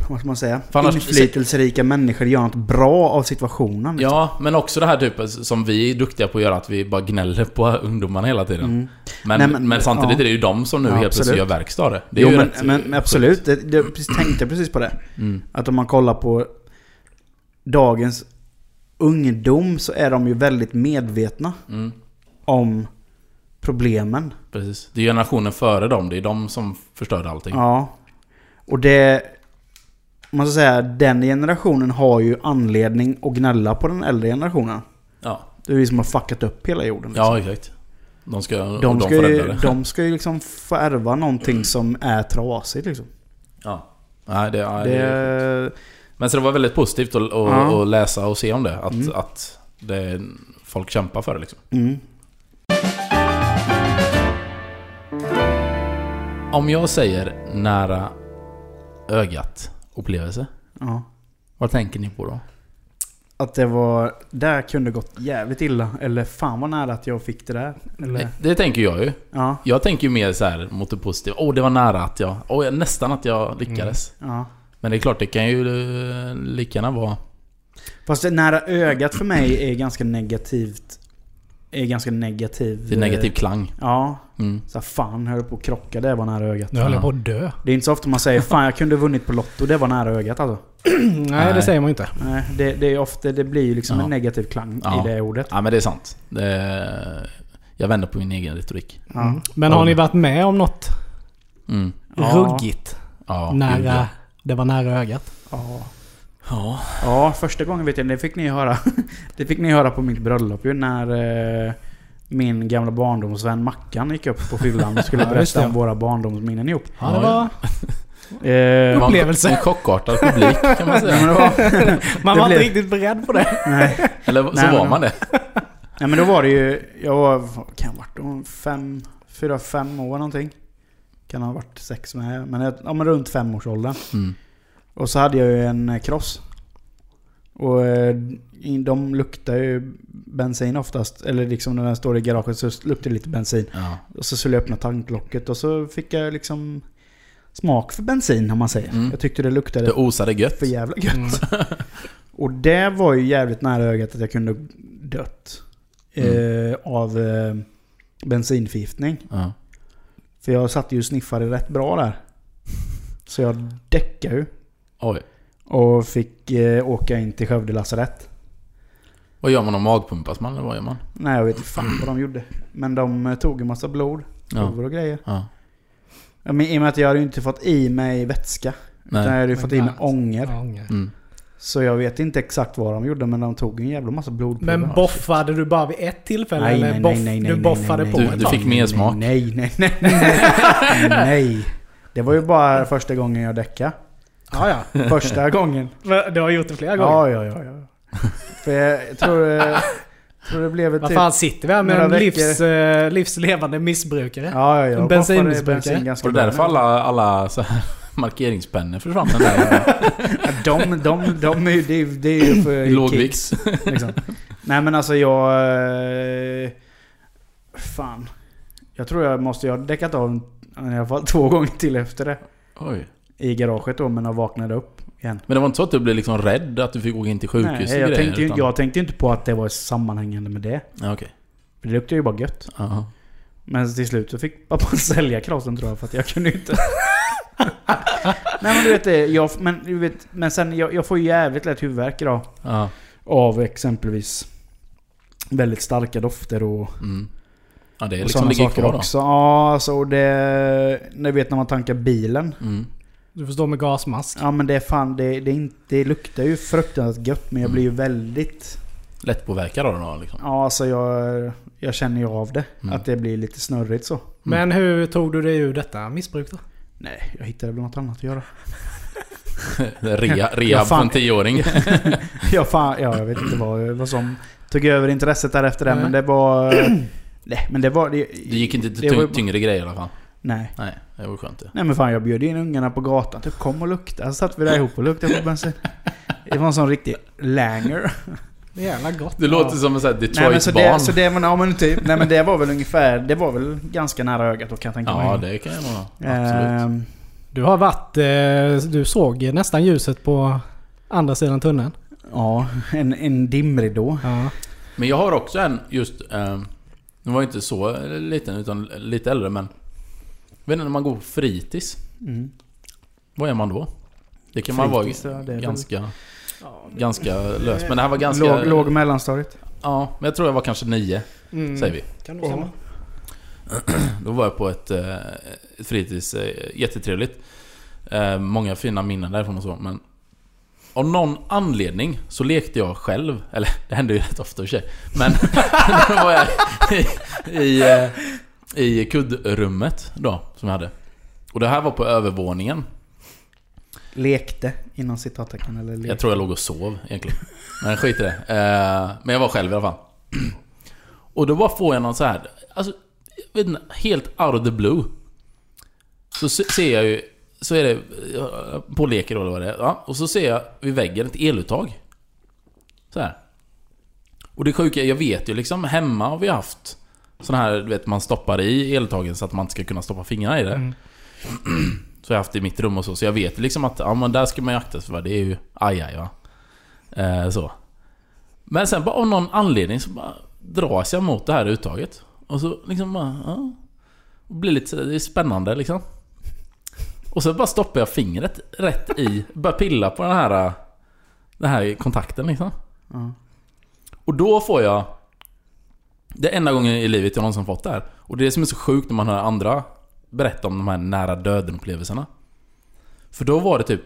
S2: vad ska man säga?
S3: För annars-
S2: inflytelserika människor gör något bra av situationen. liksom.
S3: Ja, men också det här typen som vi är duktiga på att göra, att vi bara gnäller på ungdomarna hela tiden.
S2: Mm.
S3: Men,
S2: Nej, men-
S3: men, samtidigt
S2: ja.
S3: är det ju de som nu
S2: Ja,
S3: helt plötsligt gör
S2: absolut.
S3: verkstad av det. det är
S2: jo
S3: ju
S2: men,
S3: rätt-
S2: men men absolut, det, det, jag precis- tänkte precis på det.
S3: Mm.
S2: Att om man kollar på dagens ungdom så är de ju väldigt medvetna
S3: Mm,
S2: om problemen.
S3: precis. Det är generationen före dem, det är de som förstörde allting.
S2: Ja. Och det... Man ska säga, den generationen har ju anledning att gnälla på den äldre generationen.
S3: Ja,
S2: Det är vi som har fuckat upp hela jorden. liksom.
S3: ja exakt. De ska, och
S2: de,
S3: de
S2: ska
S3: får
S2: ju,
S3: rädda det.
S2: de ska ju liksom få ärva någonting som är trasigt liksom.
S3: Ja. Nej, det, ja, det...
S2: Det,
S3: Men så det var väldigt positivt att, att,
S2: Ja.
S3: att läsa och se om det. Att,
S2: Mm.
S3: att det, folk kämpar för det liksom.
S2: mm.
S3: Om jag säger nära ögat upplevelse,
S2: ja.
S3: vad tänker ni på då?
S2: Att det var... Där kunde gått jävligt illa. Eller fan vad nära att jag fick det där. Eller,
S3: Det tänker jag ju.
S2: ja,
S3: Jag tänker ju mer så här mot det positiva. Åh, det var nära att jag... Åh, jag- nästan att jag lyckades.
S2: ja.
S3: Men det är klart, det kan ju eh, lika gärna vara...
S2: Fast det nära ögat för mig är ganska negativt. Är ganska negativ...
S3: Det är negativ
S2: eh,
S3: klang.
S2: Ja.
S3: Mm.
S2: Så här, fan höll på att krocka, det var nära ögat.
S4: Nu höll jag på att dö.
S2: Det är inte så ofta man säger fan jag kunde vunnit på Lotto, det var nära ögat alltså.
S4: Nej, det säger man ju inte.
S2: Nej, det, det är ofta, det blir ju liksom
S3: Ja.
S2: en negativ klang
S3: Ja.
S2: i det ordet.
S3: Ja, men det är sant. Det, jag vänder på min egen retorik.
S2: Ja.
S4: Mm. Men har ni varit med om något
S3: Mm.
S2: Ja.
S4: ruggigt?
S3: Ja, gud,
S4: nära,
S3: ja.
S4: det var nära ögat.
S2: Ja.
S3: Ja.
S2: ja, första gången vet jag, det fick ni ju höra. det fick ni höra på mitt bröllop ju när eh, min gamla barndomsvän Mackan gick upp på fyllan och skulle
S4: Ja, just
S2: berätta om
S4: det.
S2: våra barndomsminnen ihop.
S4: Ja, det
S3: Ja,
S4: var,
S2: Eh,
S3: Det var
S4: Upplevelse.
S3: En chockartad publik
S2: nej,
S3: kan man
S2: men
S3: säga.
S2: det var,
S4: man
S2: Det
S4: var
S2: blev-
S4: inte riktigt beredd på det.
S2: nej.
S3: Eller så
S2: Nej, men
S3: var
S2: det-
S3: man det.
S2: nej men då var det ju, jag var, vad kan jag ha varit då? Fem, fyra, fem år någonting. Kan ha varit sex med, men, jag- ja, men runt femårsåldern.
S3: Mm.
S2: Och så hade jag ju en eh, kross. Och eh, in- de luktar ju bensin oftast. Eller liksom när den står i garaget så luktar det lite bensin.
S3: Ja.
S2: Och så skulle jag öppna tanklocket och så fick jag liksom smak för bensin om man säger.
S3: Mm.
S2: Jag tyckte det luktade
S3: Det osade gött.
S2: för jävla gött. Och det var ju jävligt nära ögat att jag kunde dött. Eh,
S3: Mm.
S2: av eh, bensinförgiftning.
S3: Ja.
S2: För jag satt ju och sniffade rätt bra där. Så jag däckade ju.
S3: Oj.
S2: Och fick eh, åka in till Skövde lasarett.
S3: Vad gör man om magpumpas man eller vad gör man?
S2: Nej jag vet inte fan vad de gjorde. Men de eh, tog en massa blod,
S3: Ja.
S2: prover och grejer.
S3: Ja.
S2: Ja, Men, I och med att jag hade ju inte fått i mig vätska. Utan jag
S3: Nej.
S2: hade ju fått i mig ånger.
S4: alltså. Ja, ånger.
S3: Mm.
S2: Så jag vet inte exakt vad de gjorde men de tog en jävla massa blodprover.
S4: Men boffade du bara vid ett tillfälle?
S2: Nej,
S4: eller
S2: nej,
S4: boff,
S2: nej, nej, nej,
S4: du boffade
S2: nej,
S4: på
S2: nej,
S3: Du-
S4: ett
S3: du
S4: tag?
S3: fick mer smak.
S2: Nej, nej, nej, nej, nej. nej. Det var ju bara första gången jag däckade.
S4: Ja, ja.
S2: Första gången.
S4: Men Du har gjort det flera gånger.
S2: Ja, ja, ja. ja. För jag tror, eh, tror det blev ett
S4: Vad fan sitter vi här med
S2: Typ några veckor.
S4: en livs, eh, livslevande missbrukare?
S2: Ja, ja, ja.
S4: En bensinmissbrukare.
S2: Bensin ganska
S3: Var det
S2: bra.
S3: därför alla, alla så här markeringspennor försvann? Den där
S2: Ja, De, de, de är ju... Det är, ju- det är ju för
S3: i
S2: kids,
S3: lågvikt?
S2: liksom. Nej men alltså jag... eh, Fan. Jag tror jag måste... Jag har däckat av en- i alla fall två gånger till efter det.
S3: Oj.
S2: I garaget då, men jag vaknade upp igen.
S3: Men det var inte så att du blev liksom rädd att du fick åka in till sjukhus
S2: Nej,
S3: och
S2: jag,
S3: grejer?
S2: tänkte ju,
S3: utan-
S2: jag tänkte ju inte på att det var sammanhängande med det.
S3: Ja, okej.
S2: För det luktade ju bara gött.
S3: Ja.
S2: Men till slut så fick pappa sälja krossen tror jag för att jag kunde ju inte... Nej men du vet, det, jag, men, du vet, men sen jag, jag får ju jävligt lätt huvudvärk idag.
S3: Ja.
S2: Av exempelvis väldigt starka dofter och,
S3: Mm. Ja, det
S2: och
S3: är
S2: sådana
S3: liksom ligger
S2: saker
S3: kvar då.
S2: också. Ja, alltså och det... Ni vet när man tankar bilen.
S3: Mm.
S4: Du förstår med gasmask.
S2: Ja men det är fan, det, det, är inte, det luktar ju fruktansvärt gött men jag
S3: Mm.
S2: blir ju väldigt...
S3: Lättpåverkad av den då liksom.
S2: Ja alltså jag, jag känner ju av det.
S3: Mm.
S2: Att det blir lite snurrigt så.
S4: Men hur tog du dig ur detta missbruk då?
S2: Nej, jag hittade väl något annat att göra.
S3: Rea,
S2: Ja,
S3: rehab
S2: fan.
S3: för en tioåring.
S2: Ja, fan, ja, jag vet inte vad, vad som tog över intresset där efter det,
S4: Nej.
S2: men det var... Nej, men det var... Det,
S3: Det gick inte till
S2: Det var ju-
S3: tyng- tyngre grejer i alla fall.
S2: Nej.
S3: Nej, det var skönt det.
S2: Nej men fan, jag bjöd in ungarna på gatan. Typ kom och lukta. Så satt vi där ihop och luktade på bensin. Det var en sån riktig langer.
S4: Det är jävla gott.
S3: Det låter som en sån här
S2: Nej, men så det,
S3: Detroit-barn.
S2: så det, men, ja, men, typ, nej men det var väl ungefär... Det var väl ganska nära ögat då kan jag tänka mig. Eh.
S3: Ja, det kan jag nog. Absolut.
S2: Ehm,
S4: Du Du har varit... eh, Du såg nästan ljuset på andra sidan tunneln.
S2: Ja, en, en dimridå.
S4: Ja.
S3: Men jag har också en just... Eh, den var ju inte så liten utan lite äldre men... Jag vet inte, när man går på fritids.
S2: Mm.
S3: Vad är man då? Det kan man vara
S2: Fritids, ja, det är väl-
S3: ganska... Ganska lös. Men det här var ganska...
S2: Låg, låg och mellanstadiet.
S3: Ja, men jag tror jag var kanske nio,
S4: Mm.
S3: säger vi.
S4: Kan du stämma?
S3: Då var jag på ett, eh, ett fritids, eh, jättetrevligt. Eh, Många fina minnen därifrån och så, men... Av någon anledning så lekte jag själv, eller det hände ju rätt ofta i och för sig. Men då var jag i, i, eh, i kuddrummet då, som jag hade. Och det här var på övervåningen.
S2: Lekte, inom citattecken. Eller lekte.
S3: Jag tror jag låg och sov egentligen. Men skit i det. Eh, Men jag var själv i alla fall. Och då bara får jag någon så här, alltså, jag vet inte, helt out of the blue. Så se- ser jag ju, så är det, eh, på leker då eller vad det är. Ja, och så ser jag vid väggen ett eluttag. Så här. Och det sjuka, är, jag vet ju liksom, hemma har vi haft sådana här, du vet, man stoppar i eluttagen så att man inte ska kunna stoppa fingrarna i det. Så jag har haft det i mitt rum och så, så jag vet liksom att ja, men där ska man ju akta sig för, va? det är ju aj, aj va. Eh, så. Men sen bara av någon anledning så bara dras jag mot det här uttaget. Och så liksom bara, ja. Och blir lite sådär, det är spännande liksom. Och så bara stoppar jag fingret rätt i, börjar pilla på den här, eh, den här kontakten liksom.
S2: Ja.
S3: Och då får jag... Det är enda gången i livet jag någonsin fått det här. Och det är det som är så sjukt när man hör andra berätta om de här nära döden-upplevelserna. För då var det typ...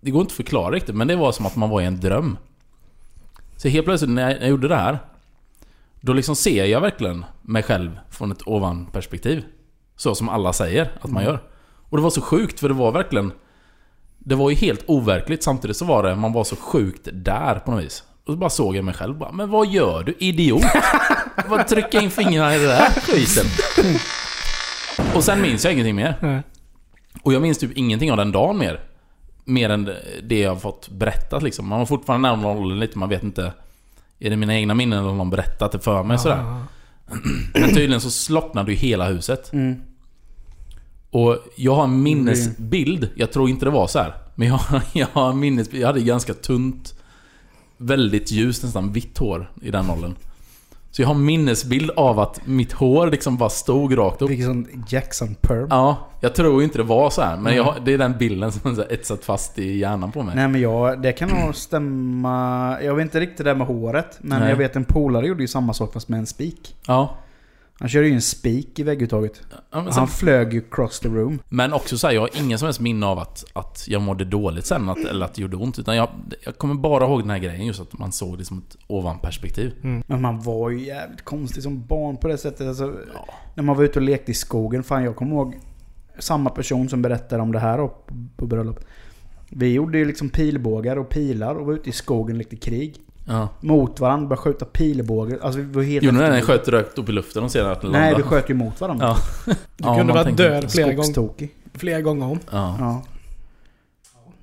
S3: Det går inte att förklara riktigt, men det var som att man var i en dröm. Så helt plötsligt när jag, när jag gjorde det här, då liksom ser jag verkligen mig själv från ett ovanperspektiv. Så som alla säger att man gör. Och det var så sjukt, för det var verkligen... Det var ju helt overkligt, samtidigt så var det, man var så sjukt där på något vis. Och så bara såg jag mig själv bara, men vad gör du idiot? Vad trycka in fingrarna i den där skiten? Och sen minns jag ingenting mer.
S4: Nej.
S3: Och jag minns typ ingenting av den dagen mer. Mer än det jag har fått berättat liksom. Man var fortfarande nära nollen lite, man vet inte. Är det mina egna minnen eller har någon berättat det för mig sådär?
S4: Ja.
S3: Men tydligen så slocknade ju hela huset.
S2: Mm.
S3: Och jag har en minnesbild. Jag tror inte det var så här. Men jag, jag har en minnesbild. Jag hade ganska tunt, väldigt ljust, nästan vitt hår i den åldern. Så jag har en minnesbild av att mitt hår liksom bara stod rakt upp.
S2: Vilken sån Jackson perm.
S3: Ja, jag tror inte det var så här. Men jag, har- det är den bilden som har etsat fast i hjärnan på mig.
S2: Nej men jag, det kan nog stämma. Jag vet inte riktigt det där med håret. Men
S3: Nej.
S2: jag vet en polare gjorde ju samma sak fast med en spik.
S3: Ja.
S2: Han körde ju en spik i vägguttaget.
S3: Ja, men, sen,
S2: Han flög ju cross the room.
S3: men också så här, jag har ingen som helst minne av att, att jag mådde dåligt sen, att, eller att det gjorde ont. Utan jag, jag kommer bara ihåg den här grejen, just att man såg det som ett ovanperspektiv.
S2: Men man var ju jävligt konstig som barn på det sättet. Alltså, När man var ute och lekte i skogen. Fan jag kommer ihåg samma person som berättade om det här och på- på bröllop. Vi gjorde ju liksom pilbågar och pilar och var ute i skogen och lekte krig.
S3: Ja.
S2: Mot varandra, började skjuta pilbågar. Alltså vi var helt...
S3: Gjorde ni det när ni sköt rökt upp i luften och sedan att den
S2: Nej,
S3: landade?
S2: vi sköt ju mot varandra.
S3: Ja. typ
S4: Du kunde varit död flera, gång,
S2: Skogstokig.
S4: flera gånger om.
S3: Ja.
S2: Ja.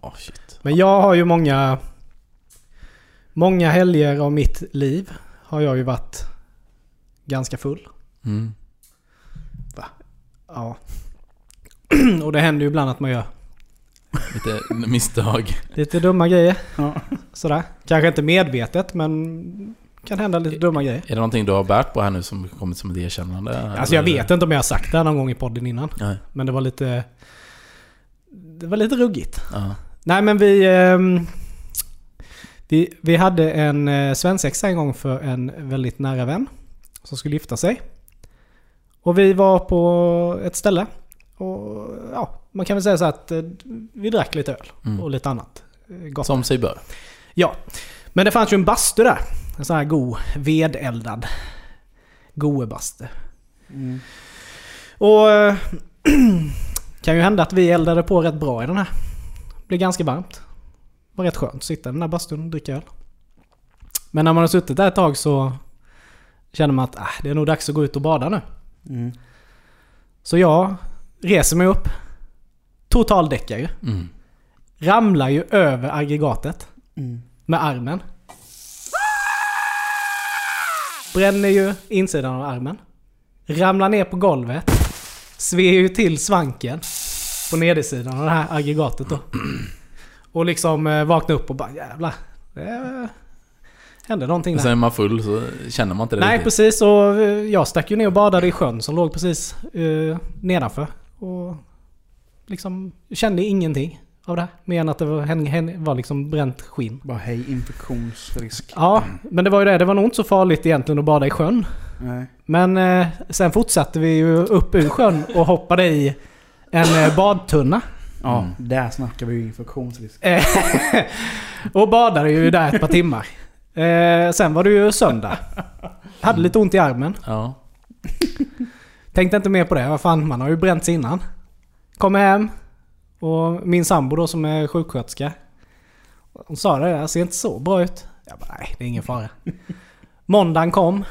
S3: Åh, shit.
S4: Men jag har ju många... Många helger av mitt liv har jag ju varit ganska full.
S3: Mm.
S4: Ja. Och det händer ju ibland att man gör
S3: Lite misstag.
S4: lite dumma grejer.
S2: Ja.
S4: Sådär. Kanske inte medvetet men kan hända lite dumma grejer.
S3: Är det någonting du har bärt på här nu som kommit som ett erkännande?
S4: Alltså jag
S3: Eller-
S4: vet inte om jag har sagt det här någon gång i podden innan.
S3: Nej.
S4: Men det var lite... Det var lite ruggigt.
S3: Ja.
S4: Nej men vi... ehm, vi, vi hade en eh, svensexa en gång för en väldigt nära vän. Som skulle gifta sig. Och vi var på ett ställe. Och ja, man kan väl säga så att eh, vi drack lite öl
S3: Mm.
S4: och lite annat. eh, Gott.
S3: Som sig bör.
S4: Ja. Men det fanns ju en bastu där. En sån här god vedeldad goebastu.
S2: Mm.
S4: Och eh, kan ju hända att vi eldade på rätt bra i den här. Blev ganska varmt. Var rätt skönt att sitta i den här bastun och dricka öl. Men när man har suttit där ett tag så känner man att ah, det är nog dags att gå ut och bada nu.
S2: Mm.
S4: Så jag reser mig upp. Totaldäckar ju.
S3: Mm.
S4: Ramlar ju över aggregatet
S2: Mm.
S4: med armen. Bränner ju insidan av armen. Ramlar ner på golvet. Sver ju till svanken. på nedersidan av det här aggregatet då. Och liksom eh, vakna upp och bara jävlar. Det hände någonting
S3: Men
S4: där.
S3: sen är man full så känner man inte det
S4: Nej
S3: riktigt.
S4: precis, och eh, jag stack ju ner och badade i sjön som låg precis eh, nedanför. Och liksom kände ingenting av det här. Mer än att det var, hän- hän- var liksom bränt skinn.
S2: Bara hej, infektionsrisk.
S4: Ja, men det var ju det. Det var nog inte så farligt egentligen att bada i sjön.
S2: Nej.
S4: Men eh, sen fortsatte vi ju upp ur sjön och hoppade i en eh, badtunna.
S2: Ja,
S3: Mm.
S2: där snackar vi ju infektionsrisk.
S4: Eh, och badade ju där ett par timmar. Eh, sen var det ju söndag. Hade lite ont i armen.
S3: Ja.
S4: Tänkte inte mer på det. Vad fan, man har ju bränt sig innan. Kom hem. Och min sambo då som är sjuksköterska. Hon sa det, det ser inte så bra ut. Jag bara, nej det är ingen fara. Måndagen kom.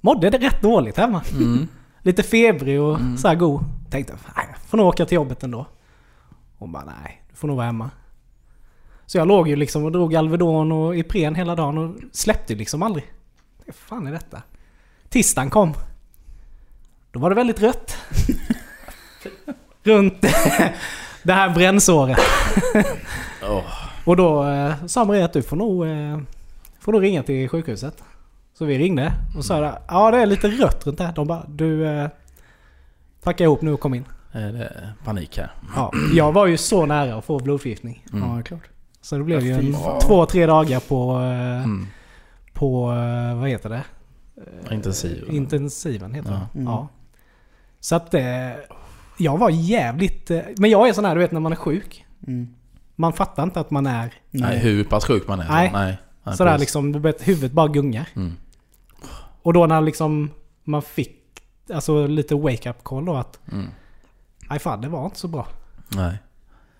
S4: Mådde det rätt dåligt hemma.
S3: Mm.
S4: Lite febrig och så här god. Tänkte, nej jag får nog åka till jobbet ändå. Hon bara, nej du får nog vara hemma. Så jag låg ju liksom och drog Alvedon och Ipren hela dagen och släppte ju liksom aldrig. Vad fan är detta? Tisdagen kom. Då var det väldigt rött. Runt det här brännsåret.
S3: Åh.
S4: Och då eh, sa Maria att du får nog, eh, får nog ringa till sjukhuset. Så vi ringde och sa det. Ja det är lite rött runt det här. De bara du eh, packa ihop nu och kom in.
S3: Är det panik här?
S4: Ja, jag var ju så nära att få blodförgiftning.
S3: Mm.
S2: Ja, klart.
S4: Så det blev ju
S2: Ja, fy
S4: en,
S2: fan.
S4: två, tre dagar på, eh,
S3: Mm.
S4: på eh, vad heter det?
S3: Intensiv.
S4: Intensiven heter
S3: Ja.
S4: det.
S2: Mm.
S4: Ja. Så att eh, jag var jävligt... eh, Men jag är sån här du vet när man är sjuk.
S2: Mm.
S4: Man fattar inte att man är
S3: Nej, hur pass sjuk man är.
S4: Nej.
S3: Nej. Nej,
S4: sådär
S3: precis.
S4: liksom, du vet, huvudet bara gungar.
S3: Mm.
S4: Och då när liksom man fick alltså, lite wake-up call då att
S3: Mm.
S4: nej fan det var inte så bra.
S3: Nej.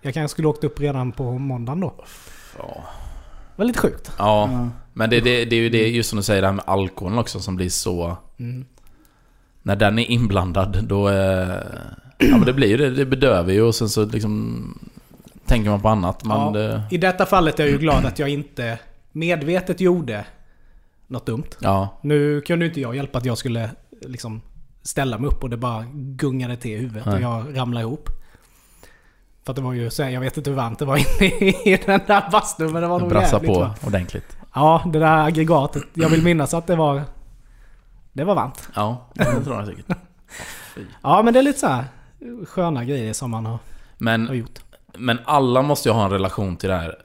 S4: Jag kanske skulle åkt upp redan på måndagen då.
S3: Ja.
S4: Väldigt sjukt.
S3: ja.
S2: Ja.
S3: Men det, det, det är ju det, just som du säger, det här med alkoholen också som blir så...
S4: Mm.
S3: När den är inblandad då... Eh, ja men det blir ju det, det bedöver ju och sen så liksom... Tänker man på annat. Man,
S4: Ja.
S3: det,
S4: I detta fallet är jag ju glad att jag inte medvetet gjorde något dumt.
S3: ja.
S4: Nu kunde ju inte jag hjälpa att jag skulle liksom ställa mig upp och det bara gungade till i huvudet
S3: Nej.
S4: och jag ramlade ihop. För att det var ju så här, jag vet inte hur varmt det var inne i den där bastun men det var
S3: det
S4: nog
S3: brassar
S4: jävligt
S3: på
S4: varmt.
S3: ordentligt.
S4: Ja, det där aggregatet. Jag vill minnas att det var... Det var varmt.
S3: Ja, det tror jag säkert.
S4: Ja, men det är lite så här sköna grejer som man har, har
S3: Men,
S4: gjort.
S3: men alla måste ju ha en relation till det här.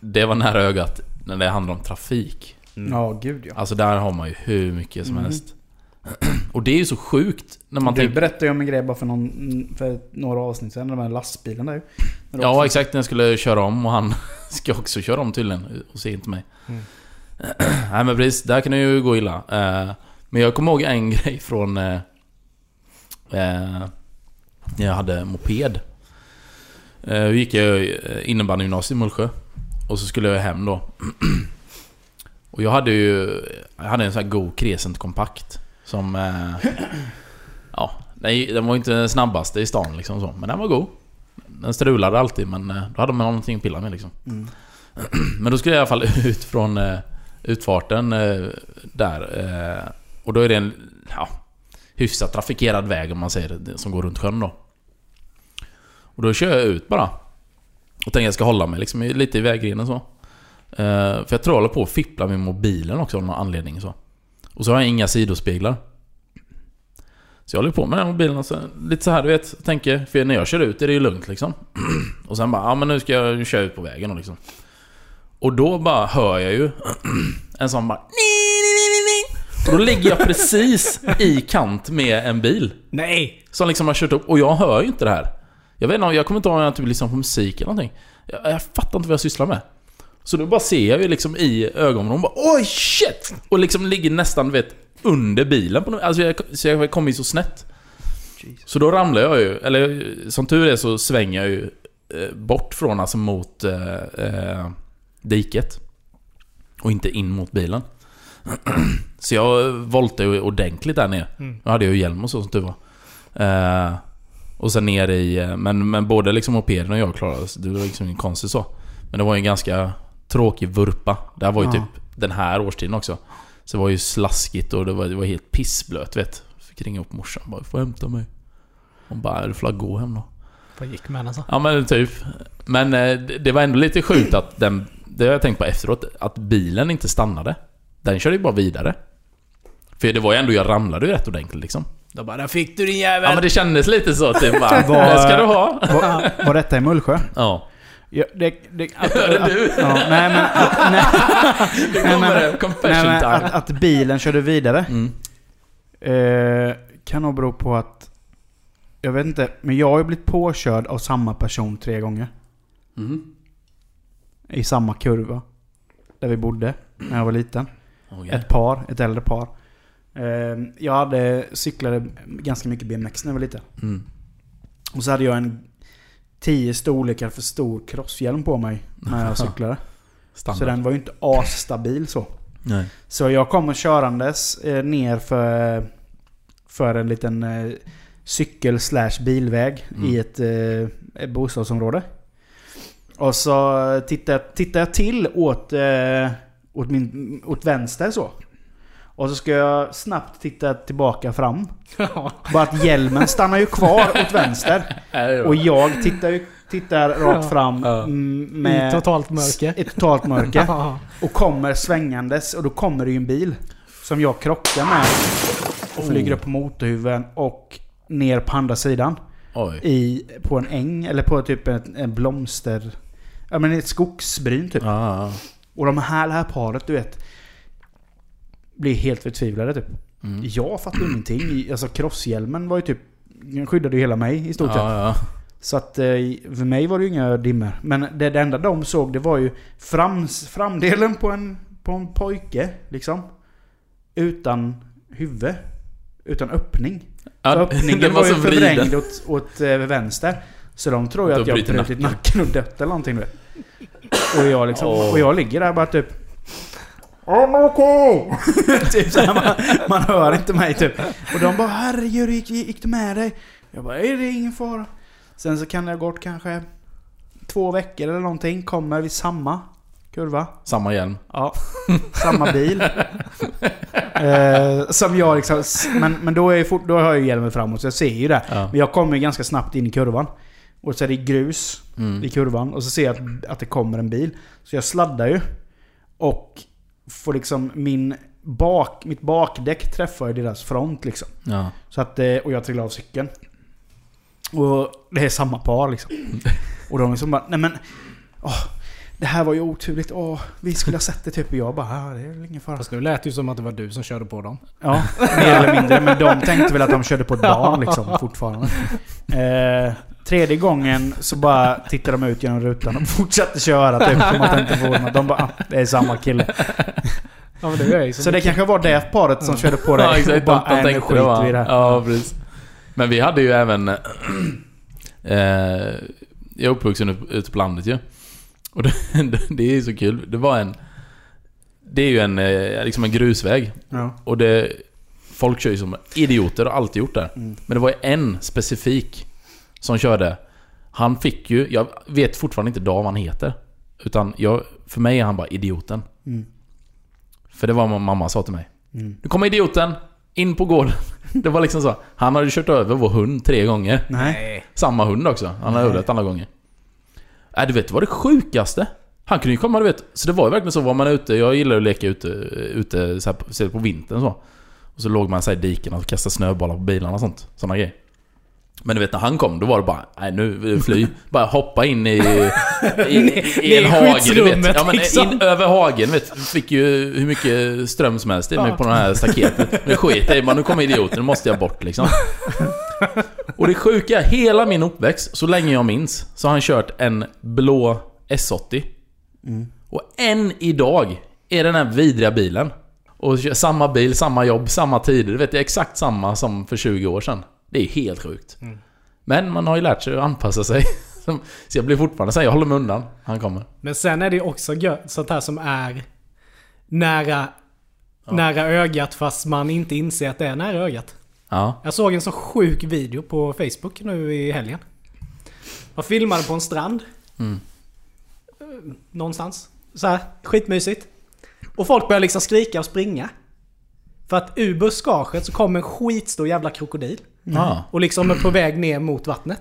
S3: Det var nära ögat när det handlar om trafik.
S2: ja, gud ja.
S3: Alltså där har man ju hur mycket som helst. Och det är ju så sjukt när man
S2: du
S3: tänker...
S2: berättade ju om en grej bara för, någon, för några avsnitt sedan, den här lastbilen där ju. När du
S3: Ja
S2: också-
S3: exakt, när jag skulle köra om och han ska också köra om tydligen och ser inte mig.
S4: Mm.
S3: Nej men precis, där kan det ju gå illa. Eh, Men jag kommer ihåg en grej från... eh, eh, När jag hade moped. Eh, Då gick jag eh, innebandygymnasiet i Mullsjö. Och så skulle jag hem då. Och jag hade ju... Jag hade en sån här god Crescent kompakt. Som... eh, Ja, den den var ju inte den snabbaste i stan liksom så. Men den var god. Den strulade alltid men eh, då hade man någonting att pilla med liksom.
S2: Mm.
S3: Men då skulle jag i alla fall ut från eh, utfarten eh, där. eh, Och då är det en ja, hyfsat trafikerad väg om man säger det, som går runt sjön då. Och då kör jag ut bara. Och tänker jag ska hålla mig liksom i- lite i vägrenen så. Eh, För jag tror jag håller på att fippla med mobilen också av någon anledning så. Och så har jag inga sidospeglar. Så jag håller på med den här mobilen och så, lite så här du vet, tänker, för när jag kör ut är det ju lugnt liksom. Och sen bara, ja men nu ska jag köra ut på vägen och liksom. Och då bara hör jag ju en sån bara Och då ligger jag precis i kant med en bil.
S4: Nej!
S3: Som liksom har kört upp, och jag hör ju inte det här. Jag vet inte, jag kommer inte ihåg om jag typ lyssnar på musik eller någonting. Jag, jag fattar inte vad jag sysslar med. Så då bara ser jag ju liksom i ögonvrån bara Oj shit! Och liksom ligger nästan du vet under bilen på något Alltså jag, så jag kom ju så snett. Så då ramlar jag ju, eller som tur är så svänger jag ju eh, bort från, alltså mot eh, eh, diket. Och inte in mot bilen. så jag voltade ju ordentligt där nere.
S4: Mm.
S3: Jag hade ju hjälm och så som tur var. Eh, och sen ner i... eh, Men, men både liksom mopeden och jag klarade oss. Det var liksom inget konstigt så. Men det var ju en ganska tråkig vurpa. Det här var ju
S2: Ja.
S3: typ den här årstiden också. Så det var ju slaskigt och det var, det var helt pissblöt vet. Fick ringa upp morsan bara 'Får jag hämta mig?' Hon bara 'Du får la gå hem då'
S1: Vad gick med alltså?
S3: Ja men typ. Men eh, det det var ändå lite sjukt att den... Det har jag tänkt på efteråt. Att bilen inte stannade. Den körde ju bara vidare. För det var ju ändå, jag ramlade ju rätt ordentligt liksom.
S1: Då bara, där fick du din jävel!
S3: Ja men det kändes lite så typ bara,
S2: Vad-
S3: Vad ska du ha?
S2: Var, var detta i Mullsjö?
S3: Ja.
S2: Ja, det, det, att,
S3: Hörde
S2: att,
S3: Alltså, du?
S2: ja, nej men... Att, nej,
S3: Det
S2: nej,
S3: kommer
S2: men,
S3: det,
S2: nej,
S3: confession
S2: men
S3: time.
S2: att, att bilen körde vidare
S3: Mm.
S2: eh, kan nog bero på att... Jag vet inte, men jag har ju blivit påkörd av samma person tre gånger.
S3: Mm.
S2: I samma kurva. Där vi bodde när jag var liten.
S3: Okej.
S2: Ett par, ett äldre par. Eh, Jag hade, cyklade ganska mycket BMX när jag var liten.
S3: Mm.
S2: Och så hade jag en 10 storlekar för stor crosshjälm på mig när jag cyklade. så
S3: Standard.
S2: den var ju inte asstabil så.
S3: Nej.
S2: Så jag kommer körandes eh, ner för, för en liten eh, cykel slash bilväg
S3: Mm.
S2: i ett eh, ett bostadsområde. Och så tittar, tittar jag till åt, eh, åt, min, åt vänster så. Och så ska jag snabbt titta tillbaka fram.
S1: Ja.
S2: Bara att hjälmen stannar ju kvar åt vänster. Och jag tittar, ju, tittar rakt fram
S3: Ja.
S2: mm, med
S1: I totalt
S2: s-
S1: mörker.
S2: ett totalt mörker.
S1: Ja.
S2: Och kommer svängandes och då kommer det ju en bil. Som jag krockar med. Och flyger upp på motorhuven och ner på andra sidan.
S3: Oj.
S2: I, på en äng eller på typ en, en blomster... Ja men ett skogsbryn typ.
S3: Ah, ah.
S2: Och de här, det här paret du vet. Blir helt förtvivlade typ.
S3: Mm.
S2: Jag fattar ingenting. Alltså crosshjälmen var ju typ... Den skyddade ju hela mig i stort sett.
S3: Ja,
S2: Så att eh, för mig var det ju inga dimmer. Men det, det enda de såg det var ju frams, framdelen på en, på en pojke liksom. Utan huvud. Utan öppning.
S3: ja.
S2: Så
S3: ja.
S2: öppningen
S3: Den
S2: var,
S3: var
S2: ju
S3: så
S2: förvrängd
S3: vriden.
S2: åt, åt eh, vänster. Så de tror ju
S3: Då
S2: att jag
S3: bryter
S2: brutit nacken. och dött eller någonting. du vet. Och jag, liksom,
S3: Åh.
S2: och jag ligger där bara typ... I'm okay! typ så här, man, man hör inte mig typ. Och de bara 'Herregud, gick, gick du med dig?' Jag bara 'Är det ingen fara?' Sen så kan det ha gått kanske två veckor eller någonting. Kommer vid samma kurva.
S3: Samma hjälm.
S2: Ja, samma bil. eh, som jag liksom... s- Men, men då, är jag fort, då har jag ju hjälmen framåt så jag ser ju det.
S3: Ja.
S2: Men jag kommer ju ganska snabbt in i kurvan. Och så är det grus i
S3: Mm.
S2: kurvan. Och så ser jag att, att det kommer en bil. Så jag sladdar ju. Och får liksom min bak... Mitt bakdäck träffar ju deras front liksom.
S3: Ja.
S2: Så att, eh, och jag trillade av cykeln. Och det är samma par liksom. Och de liksom bara, nej men... Åh, det här var ju oturligt. Åh, vi skulle ha sett det typ. Och jag bara, "Ah, det är väl ingen fara.
S4: Fast nu lät det ju som att det var du som körde på dem.
S2: Ja, mer eller mindre. Men de tänkte väl att de körde på ett barn liksom, fortfarande. Eh, tredje gången så bara tittade de ut genom rutan och fortsatte köra typ. Som att det inte vore något. De bara, ah, det är samma kille.
S3: Alltså,
S4: Ja men det är ju som
S2: Så det kanske var det paret som körde på det.
S3: Ja, exakt.
S2: Och
S3: De,
S2: bara,
S3: de
S2: "Nej, nu skiter
S3: tänkte det
S2: vi i
S3: var...
S2: det här.
S3: Ja, precis. Men vi hade ju även... eh, jag är uppvuxen ut- ute på landet ju. Och det, det är ju så kul. Det var en... Det är ju en, eh, liksom en grusväg.
S2: Ja.
S3: Och det... Folk kör ju som idioter och har alltid gjort det.
S2: Mm.
S3: Men det var ju en specifik som körde. Han fick ju... Jag vet fortfarande inte idag vad han heter. Utan jag, för mig är han bara idioten.
S2: Mm.
S3: För det var vad mamma sa till mig.
S2: Mm.
S3: Nu kommer idioten in på gården. Det var liksom så. Han hade kört över vår hund tre gånger.
S2: Nej.
S3: Samma hund också. Han hade
S2: Nej.
S3: överlevt alla gånger. Äh, du vet, det var det sjukaste. Han kunde ju komma, du vet. Så det var ju verkligen så, var man ute, jag gillar att leka ute, ute så här, på- så på vintern så. Och så låg man så här i diken och kastade snöbollar på bilarna och sånt. Såna grejer. Men du vet när han kom, då var det bara nej nu, fly. Bara hoppa in i, i, i, i
S1: Ner i
S3: en hage, du vet.
S1: skyddsrummet,
S3: Ja, men
S1: liksom.
S3: in över hagen, vet. Fick ju hur mycket ström som helst i mig på det här staketet. Nu skiter jag i, bara, nu kommer idioten, nu måste jag bort liksom. Och det sjuka, är, hela min uppväxt, så länge jag minns, så har han kört en blå S80. Och än idag är den här vidriga bilen. Och kör samma bil, samma jobb, samma tider. Du vet, det är exakt samma som för 20 år sedan. Det är helt sjukt.
S4: Mm.
S3: Men man har ju lärt sig att anpassa sig. Som- Så jag blir fortfarande såhär, jag håller mig undan. Han kommer.
S1: Men sen är det ju också gött, sånt här som är nära, nära ögat fast man inte inser att det är nära ögat.
S3: Ja.
S1: Jag såg en så sjuk video på Facebook nu i helgen. Man filmade på en strand. Eh, Någonstans. Så här, skitmysigt. Och folk började liksom skrika och springa. För att ur buskaget så kom en skitstor jävla krokodil.
S3: Ja.
S1: Och liksom är på väg ner mot vattnet.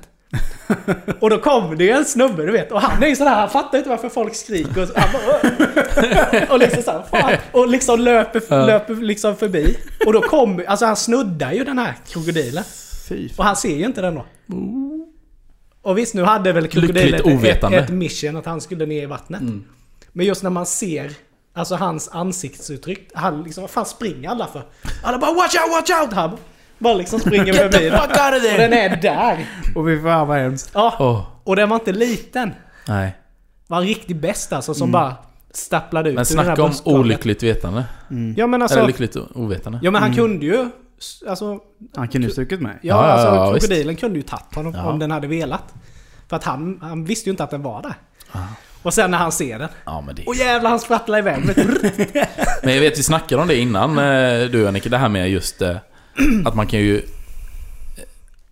S4: Och då kom det ju en snubbe, du vet. Och han är ju sådär, han fattar inte varför folk skriker. Och, så, han bara, "Åh!" och liksom såhär, fan. Och liksom löper, löper liksom förbi. Och då kommer, alltså han snuddar ju den här krokodilen.
S2: Fy fan.
S4: Och han ser ju inte den då. Och visst, nu hade väl
S3: Mm. Lyckligt
S4: krokodilen ett,
S3: ovetande.
S4: ett mission att han skulle ner i vattnet.
S2: Mm.
S4: Men just när man ser Alltså hans ansiktsuttryck. Han liksom, vad fan springer alla för? Alla bara watch out, watch out! Han bara liksom springer förbi. den. Och den är där.
S2: Och vi fan vad hemskt.
S4: Ja.
S3: Åh,
S4: Och den var inte liten.
S3: nej.
S4: Var en riktig bäst alltså som bara stapplade ut
S3: Mm. Men
S4: ur den här
S3: snacka om
S4: buskaget.
S3: olyckligt vetande.
S4: Ja men alltså.
S3: Eller lyckligt o- ovetande.
S4: Ja men han kunde ju. s- Alltså.
S2: Han kunde ju stuckit med.
S4: Ja,
S3: Ja, ja,
S4: alltså
S3: ja, visst.
S4: krokodilen kunde ju tagit honom
S3: Ja.
S4: om den hade velat. För att han, han visste ju inte att den var där. Och sen när han ser den.
S3: Ja, men, det...
S4: Och jävlar han sprattlar iväg. vet du.
S3: men jag vet, vi snackade om det innan eh, du Annika, det här med just eh, att man kan ju... eh,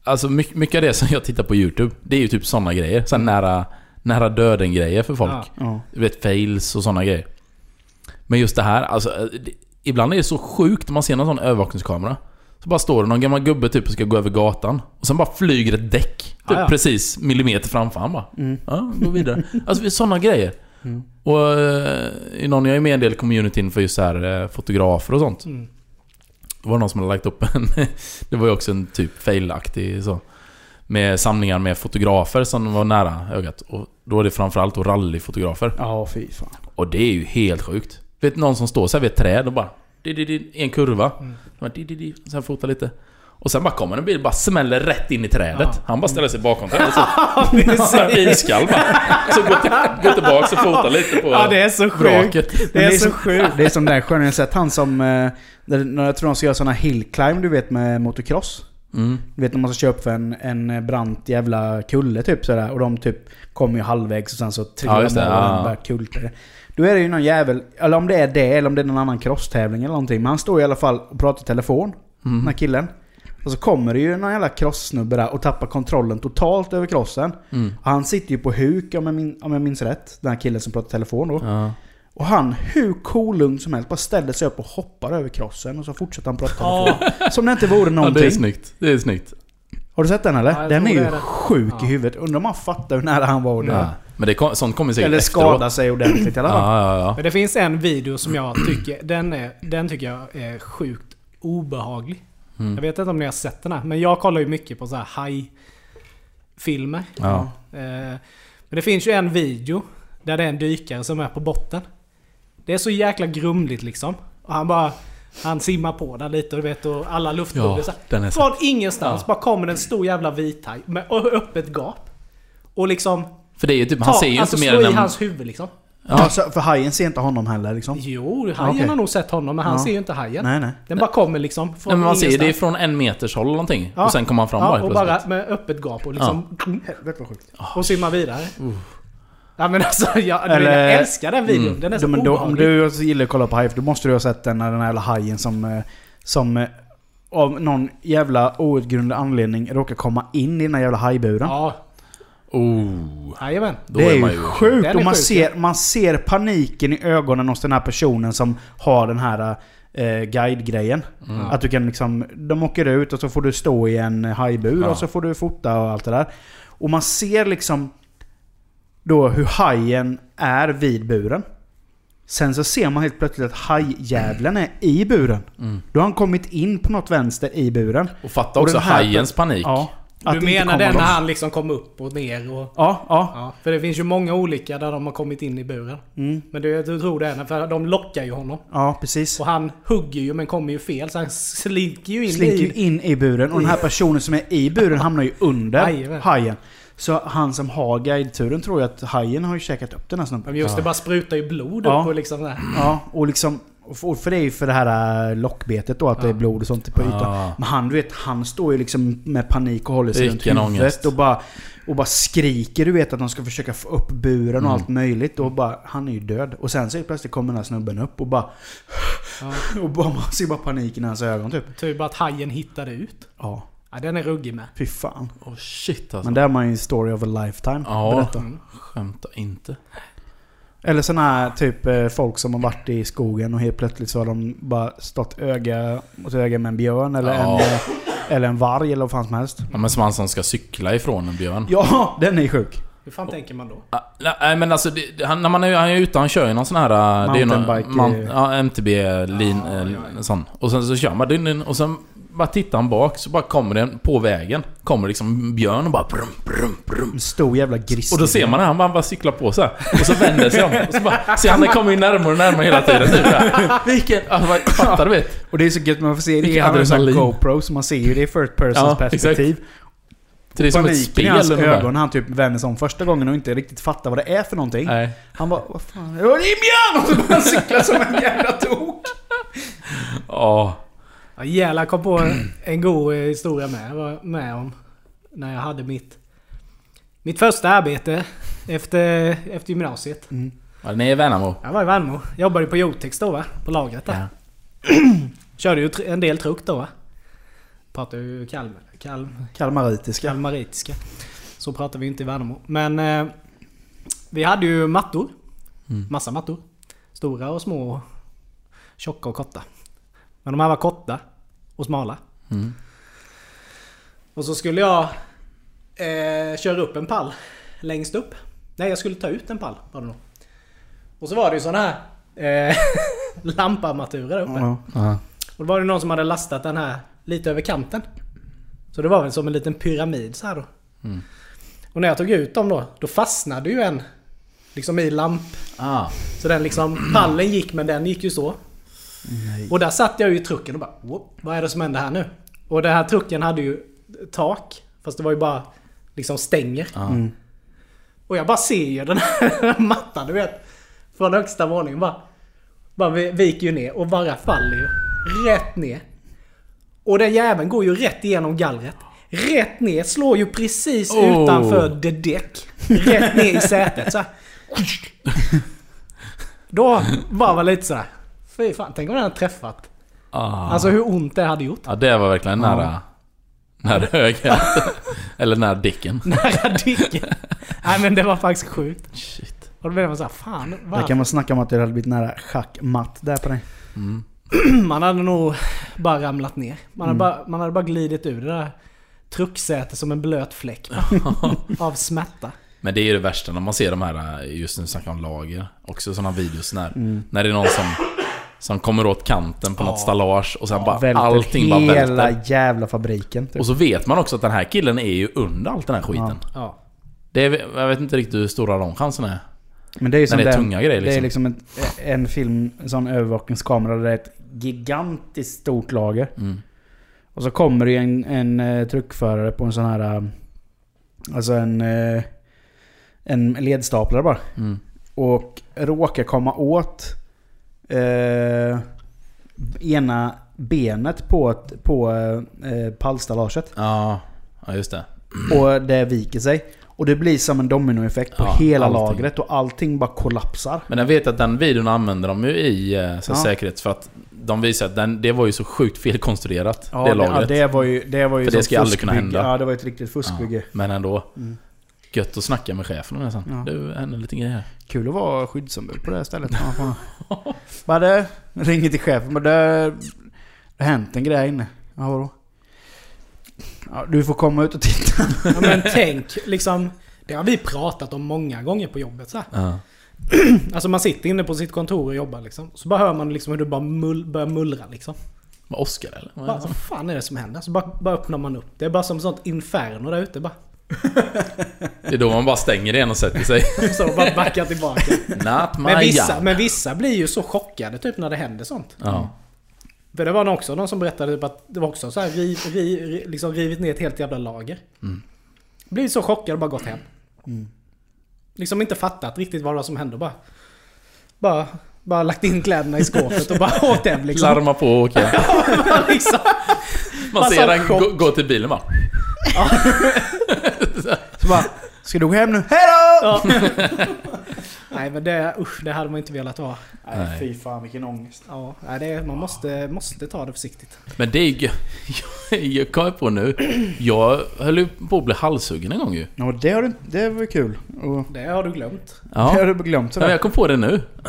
S3: Alltså mycket, mycket av det som jag tittar på YouTube, det är ju typ sådana grejer. Sen nära, nära döden-grejer för folk.
S4: Ja.
S2: Ja.
S3: Du vet, fails och sådana grejer. Men just det här, alltså... eh, Det, ibland är det så sjukt när man ser någon sån övervakningskamera. Så bara står det någon gammal gubbe typ och ska gå över gatan. Och sen bara flyger ett däck.
S4: Ah,
S3: Typ
S4: Ja, Mm. ja.
S3: precis millimeter framför han bara. Ja, gå vidare. alltså sådana grejer.
S4: Mm.
S3: Och eh, i någon, jag är med i en del communityn för just så här eh, fotografer och sånt.
S4: Mm.
S3: Det var någon som hade lagt upp en... det var ju också en typ failaktig så. Med samlingar med fotografer som var nära ögat. Och då är det framförallt då rallyfotografer.
S2: Ja, fy fan.
S3: Och det är ju helt sjukt. Vet någon som står så här vid ett träd och bara... Di, di, di, i en kurva.
S4: Mm.
S3: Bara, di, di, di, sen fotar lite. Och sen bara kommer en bil och bara smäller rätt in i trädet. Han bara
S4: Mm.
S3: ställer sig bakom trädet. Så, så iskall bara. Så går, till, går tillbaks och fotar lite på
S4: Ja det är så sjukt.
S3: vraket.
S4: Det
S2: Men
S4: är så
S2: som-
S4: sjukt.
S2: Det är som den där skön, jag har sett han som... eh, när- När jag tror de ska göra såna hillclimb du vet med motocross.
S3: Mm.
S2: Du vet när man ska köra upp för en, en brant jävla kulle typ sådär. Och de typ kommer ju halvvägs och sen så
S3: Ja,
S2: trillar
S3: just
S2: de
S3: det,
S2: av
S3: ja.
S2: och den bara kultar. Då är det ju någon jävel, eller om det är det eller om det är någon annan crosstävling eller någonting. Men han står i alla fall och pratar i telefon,
S3: Mm.
S2: den här killen. Och så kommer det ju någon jävla crosssnubbe där och tappar kontrollen totalt över crossen.
S3: Mm.
S2: Och han sitter ju på huk om jag, min, om jag minns rätt. Den här killen som pratar i telefon då.
S3: Ja.
S2: Och han, hur kolugn som helst, bara ställer sig upp och hoppar över crossen och så fortsätter han prata i telefon. Som det inte vore
S3: ja,
S2: någonting.
S3: det är snyggt. Det är snyggt.
S2: Har du sett den eller?
S4: Ja, jag
S2: den är
S4: tror
S2: ju
S4: det är det.
S2: sjuk i huvudet. Undrar om han fattar hur nära han var och
S3: Ja.
S2: dö.
S3: Men det, kom- sånt kommer säkert
S2: Eller
S3: efteråt.
S2: skadar sig ordentligt i alla fall.
S3: Ja, ja, ja.
S4: Men det finns en video som jag tycker, den, är, den tycker jag är sjukt obehaglig.
S3: Mm.
S4: Jag vet inte om ni har sett den här, men jag kollar ju mycket på så här hajfilmer.
S3: ja.
S4: Eh, Men det finns ju en video där det är en dykare som är på botten. Det är så jäkla grumligt liksom. Och han bara... Han simmar på där lite och du vet och alla luftbågar
S3: Ja,
S4: så
S3: den
S4: här.
S3: är
S4: Från ingenstans bara kommer en stor jävla vithaj med ö- öppet gap. Och liksom...
S3: För det är ju typ, han
S4: ta-
S3: ser ju
S4: alltså,
S3: inte mer
S4: slå
S3: än...
S4: i
S3: en-
S4: hans huvud liksom.
S2: Ja. så- Alltså, för hajen ser inte honom heller liksom.
S4: Jo, hajen
S2: Okej.
S4: har nog sett honom men han
S2: Ja.
S4: ser ju inte hajen.
S2: Nej nej.
S4: Den bara kommer liksom från
S3: Nej, men man ser, det är
S4: ingenstans.
S3: från en meters håll eller någonting.
S4: Ja.
S3: Och sen kommer han fram bara
S4: Ja,
S3: helt
S4: och
S3: plötsligt.
S4: bara med öppet gap och liksom...
S2: Helvete vad sjukt.
S4: Och simma vidare. Ja men alltså jag,
S2: Eller-
S4: jag älskar den videon.
S3: Mm.
S4: Den är så
S2: men då, om
S4: obehaglig.
S2: du gillar att kolla på haj, då måste du ha sett den när den här jävla hajen som... eh, Som eh, av någon jävla outgrundlig anledning råkar komma in i den här jävla hajburen.
S4: Ja,
S3: Oh,
S4: jajamän.
S3: då
S2: Det är
S3: man
S2: ju
S3: ju...
S2: sjukt!
S4: Den
S2: Och
S4: är
S2: man
S4: sjuk,
S2: ser, man ser paniken i ögonen hos den här personen som har den här eh, guide-grejen. Att du kan liksom... De åker ut och så får du stå i en hajbur
S3: Ja.
S2: och så får du fota och allt det där. Och man ser liksom då hur hajen är vid buren. Sen så ser man helt plötsligt att hajjävlen är i buren. Då har han kommit in på något vänster i buren.
S3: Och fatta
S2: Och
S3: också
S2: den här-
S3: hajens panik.
S2: Ja, att
S4: Du
S2: det inte
S4: menar
S2: kommer
S4: den när
S2: loss.
S4: han liksom kom upp och ner och...
S2: Ja, ja.
S4: Ja, för det finns ju många olika där de har kommit in i buren.
S2: Mm.
S4: Men det, du tror det är när- för de lockar ju honom.
S2: Ja, precis.
S4: Och han hugger ju men kommer ju fel så han slinker ju in
S2: slinker ju
S4: i...
S2: in i buren och den här personen som är i buren hamnar ju under
S4: Jajamän.
S2: hajen. Så han som har guideturen tror ju att hajen har ju käkat upp den här snubben.
S4: Men just det, bara sprutar ju blod
S2: Ja.
S4: upp och liksom där.
S2: Ja, och liksom... och för- och För det är ju för det här äh, lockbetet då, att det är blod och sånt på ytan.
S3: Ja.
S2: Men han, du vet, han står ju liksom med panik och håller sig runt
S3: Vilken ångest.
S2: huvudet och bara, och bara skriker. Du vet att de ska försöka få upp buren och allt möjligt. Och bara, han är ju död. Och sen så plötsligt kommer den här snubben upp och bara... Och bara, man ser bara paniken i hans ögon typ.
S4: Tur bara att hajen hittade ut.
S2: Ja,
S4: Ja, den är ruggig med.
S2: fy fan.
S3: Åh shit alltså.
S2: Men där har man ju en story of a lifetime.
S3: ja,
S2: Berätta.
S4: Mm.
S3: skämta inte.
S2: Eller sådana här typ eh, folk som har varit i skogen och helt plötsligt så har de bara stått öga mot öga med en björn eller
S3: Ja.
S2: en eh, Eller en varg eller vad fan som helst.
S3: Ja, men som han som ska cykla ifrån en björn.
S2: Ja, den är sjuk.
S4: Hur fan tänker man då?
S3: Ah, Nej men alltså, det, det- han, när man är, han är ute, han kör ju någon sån här... eh, det är ju någon-
S2: Mountainbike,
S3: man-
S2: eh.
S3: Ja, MTB-lin, eh, sån. Och sen så kör man din, din, och sen bara tittar han bak så bara kommer den på vägen. Kommer liksom en björn och bara brum, brum, brum.
S2: En stor jävla gris.
S3: Och då ser man det, han bara, han bara cyklar på så här. Och så vänder sig om. Och så bara, ser han den kommer ju närmare och närmare hela tiden. Typ, så här. Vilken... Alltså, vad- fattar du vet?
S2: Och det är så gött, man får se det.
S3: Vilken
S2: Han har en sån här
S3: adrenalin.
S2: GoPro, så man ser ju det i first persons
S3: Ja,
S2: perspektiv.
S3: Det är som ett
S2: Paniken i
S3: spel
S2: hans
S3: ungefär.
S2: ögon när han typ vänder sig om första gången och inte riktigt fattar vad det är för någonting.
S3: Nej.
S2: Han bara, vad fan, det var det är björn! Och så bara cyklar som en jävla tok.
S3: Ja.
S4: Ja, jävlar, kom på en god eh, historia med. Jag var med om när jag hade mitt, mitt första arbete efter, efter gymnasiet.
S3: Mm. Ja, ni är i Värnamo.
S4: Jag var i Värnamo. Jobbade på Jotex då va? På lagret där.
S3: Ja.
S4: Körde ju tr- en del truck då va? Pratade ju Kalmar, Kalm,
S2: Kalmaritiska.
S4: kalmaritiska. Så pratar vi ju inte i Värnamo. Men eh, vi hade ju mattor. Massa mattor. Stora och små. och Tjocka och korta. Men de här var korta och smala.
S3: Mm.
S4: Och så skulle jag eh, köra upp en pall längst upp. Nej, jag skulle ta ut en pall var det nog. Och så var det ju sådana här eh, lamparmaturer där uppe.
S2: Ja.
S4: Och då var det någon som hade lastat den här lite över kanten. Så det var väl som en liten pyramid så här då. Och när jag tog ut dem då, då fastnade ju en liksom i lamp.
S3: Ah.
S4: Så den liksom, pallen gick men den gick ju så. Och där satt jag ju i trucken och bara "Whoop, Vad är det som händer här nu? Och den här trucken hade ju tak. Fast det var ju bara liksom stänger.
S3: ah.
S2: Mm.
S4: Och jag bara ser ju den här mattan du vet. Från högsta våningen bara. Bara vi- viker ju ner och bara faller ju. Rätt ner. Och den jäveln går ju rätt igenom gallret. Rätt ner, slår ju precis
S3: Oh.
S4: utanför det däck. Rätt ner i sätet så här. Då var man lite såhär. Fy fan, tänk om den hade träffat.
S3: Ah.
S4: Alltså hur ont det hade gjort.
S3: Ja, det var verkligen nära... Nära ögat. Eller nära dicken.
S4: Nära dicken. Nej men det var faktiskt sjukt.
S3: Shit.
S4: Och då blev man såhär, fan
S2: Där
S4: varför?
S2: kan man snacka om att det hade blivit nära schackmatt där på dig.
S4: Man hade nog bara ramlat ner. Man hade, bara, man hade bara glidit ur det där trucksätet som en blöt fläck. av smärta.
S3: Men det är ju det värsta när man ser de här, eh, just nu snackar jag om lager, också sådana videos när,
S2: Mm.
S3: när det är någon som, som kommer åt kanten på något stallage och sen bara
S2: Välter
S3: allting bara
S2: hela
S3: välter.
S2: jävla fabriken. Typ.
S3: Och så vet man också att den här killen är ju under allt den här skiten.
S4: Ja.
S3: Det är, jag vet inte riktigt hur stora de chanserna är.
S2: Men det är ju som
S3: det är
S2: den-
S3: tunga grejer,
S2: Det är liksom en, en film, en sån övervakningskamera där det är ett gigantiskt stort lager.
S3: Mm.
S2: Och så kommer det en, en eh, truckförare på en sån här... eh, Alltså en... eh, En ledstaplare bara.
S3: Mm.
S2: Och råkar komma åt... Eh, ena benet på, ett, på eh, pallstallaget.
S3: Ja, ja, just det.
S2: Och det viker sig. Och det blir som en dominoeffekt på
S3: Ja,
S2: hela
S3: allting.
S2: lagret och allting bara kollapsar.
S3: Men jag vet att den videon använder de ju i eh, så här
S2: Ja.
S3: säkerhet för att de visar att den, det var ju så sjukt felkonstruerat,
S2: Ja,
S3: det
S2: det, ja,
S3: lagret.
S2: det var ju... Det var ju
S3: För
S2: så
S3: det ska ju aldrig kunna
S2: fuskbygge.
S3: hända.
S2: Ja, det var ett riktigt fuskbygge.
S3: Ja, men ändå.
S2: Mm.
S3: Gött att snacka med chefen om det sen.
S2: Ja.
S3: Du, hände en liten grej här.
S2: Kul att vara skyddsombud på det här stället. Man får- Bara det, ringer till chefen bara det, det har hänt en grej här inne. Ja, vadå? Ja, du får komma ut och titta.
S4: ja men tänk liksom. Det har vi pratat om många gånger på jobbet så här.
S3: Ja.
S4: Alltså man sitter inne på sitt kontor och jobbar liksom. Så bara hör man liksom hur det bara mull, börjar mullra liksom.
S3: Var Oskar eller? Vad är
S4: Bara,
S3: det som-
S4: vad fan är det som händer? Så bara, bara öppnar man upp. Det är bara som sånt inferno där ute bara.
S3: Det är då man bara stänger igen och sätter sig.
S4: Så bara backar tillbaka.
S3: Not my
S4: Men vissa,
S3: job.
S4: men vissa blir ju så chockade typ när det händer sånt.
S3: Ja.
S4: För det var nog också någon som berättade typ att det var också så här riv, riv, riv, liksom rivit ner ett helt jävla lager.
S3: Mm.
S4: Blivit så chockad och bara gått hem. Liksom inte fattat riktigt vad det var som hände. Bara, bara, bara lagt in kläderna i skåpet och bara åkt hem liksom.
S3: Larma på och åka.
S4: Bara liksom.
S3: Man
S4: Massa
S3: ser den
S4: chock.
S3: gå, gå till bilen bara.
S2: Så bara, ska du gå hem nu? Hejdå!
S4: Ja. Nej men det, usch, det hade man inte velat ha.
S3: Nej.
S2: fy fan vilken ångest.
S4: Ja, nej, det, man måste, måste ta det försiktigt.
S3: Men det är ju... Jag, jag kommer på nu. Jag höll ju på att bli halshuggen en gång ju.
S2: Ja, det, har du, det var ju kul. Och,
S4: Det har du glömt.
S2: Det har
S3: Ja.
S2: du glömt.
S3: Men
S2: Sådär.
S3: jag kom på det nu.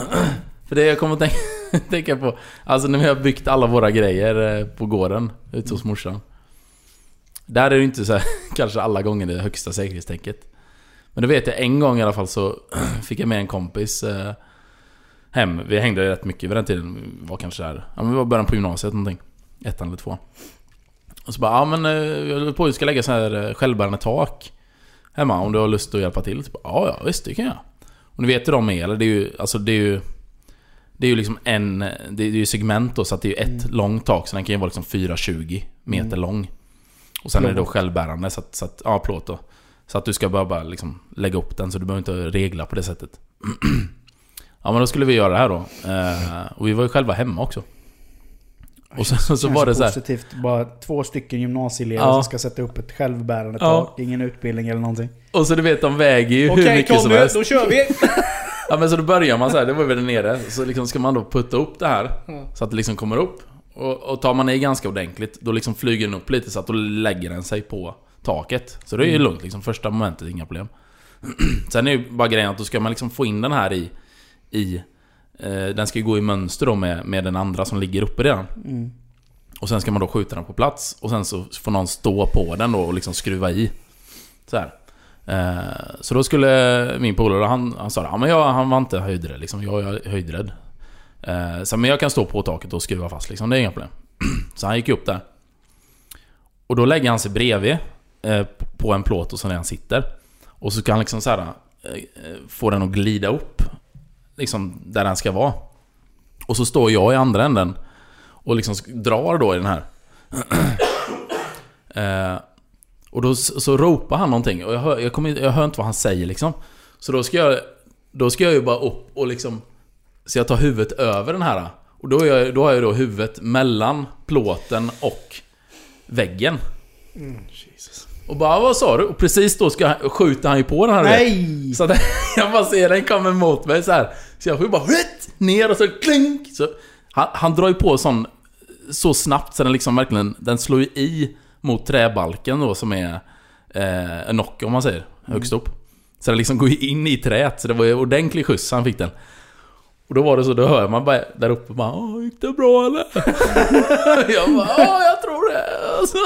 S3: För det jag kommer att tänka, tänka på. Alltså när vi har byggt alla våra grejer eh, på gården. Ute hos morsan. Där är det ju inte så här, kanske alla gånger det högsta säkerhetstänket. Men då vet jag en gång i alla fall så fick jag med en kompis eh, hem. Vi hängde rätt mycket vid den tiden. Vi var kanske där, ja men vi var i början på gymnasiet någonting. Ettan eller tvåan. Och så bara, ja men eh, jag höll på att vi ska lägga så här eh, självbärande tak. Hemma, om du har lust att hjälpa till. Så bara, ja ja, visst det kan jag. Och ni vet hur de är eller? Det är ju, alltså det är ju... Det är ju liksom en... Det är det är ju segment då, så att det är ju ett långt tak. Så den kan ju vara liksom 4,20 meter lång. Och sen är det då självbärande, så att, så att, ja plåt då. Så att du ska bara, bara liksom lägga upp den, så du behöver inte regla på det sättet. ja men då skulle vi göra det här då. Eh, och vi var ju själva hemma också. Och så, så
S2: Känns
S3: var det så här,
S2: positivt. Bara två stycken gymnasieelever
S3: Ja.
S2: som ska sätta upp ett självbärande
S3: Ja.
S2: tak. Ingen utbildning eller någonting.
S3: Och så du vet, de väger ju hur
S1: Okej
S3: mycket som
S1: Conny,
S3: helst.
S1: då kör vi!
S3: Ja men så då börjar man så här, det var vi där nere. Så liksom ska man då putta upp det här. Så att det liksom kommer upp. Och, och tar man i ganska ordentligt, då liksom flyger den upp lite så att då lägger den sig på taket. Så det är ju lugnt liksom, första momentet, inga problem. Sen är ju bara grejen att då ska man liksom få in den här i... i eh, den ska ju gå i mönster då med, med den andra som ligger uppe redan. Och sen ska man då skjuta den på plats och sen så får någon stå på den då och liksom skruva i. Så här. Eh, Så då skulle min polare, han, han sa det, ja, men jag, han var inte höjdrädd liksom. Jag är höjdrädd. Eh, Så, men jag kan stå på taket och skruva fast liksom, det är inga problem. Så han gick upp där. Och då lägger han sig bredvid eh, på en plåt och så där han sitter. Och så ska han liksom så här eh, eh, få den att glida upp. Liksom där den ska vara. Och så står jag i andra änden och liksom sk- drar då i den här. eh, och då s- så ropar han någonting och jag hör, jag, kommer, inte- jag hör inte vad han säger liksom. Så då ska jag, då ska jag ju bara upp och liksom... Så jag tar huvudet över den här. Och då, är jag, då har jag då huvudet mellan plåten och väggen. Och bara "Ah, vad sa du? Och precis då ska han, skjuter han ju på den här.
S2: Nej!
S3: Så att jag bara ser den komma mot mig så här. Så jag får ju bara hutt, ner och så klink. Så han, han drar ju på sån så snabbt så den liksom verkligen, den slår ju i mot träbalken då som är eh, en knock om man säger, högst upp. Så den liksom går ju in i träet, så det var ju ordentlig skjuts han fick den. Och då var det så, då hör man bara där uppe bara Åh, gick det bra eller? jag bara Åh, jag tror det! Alltså.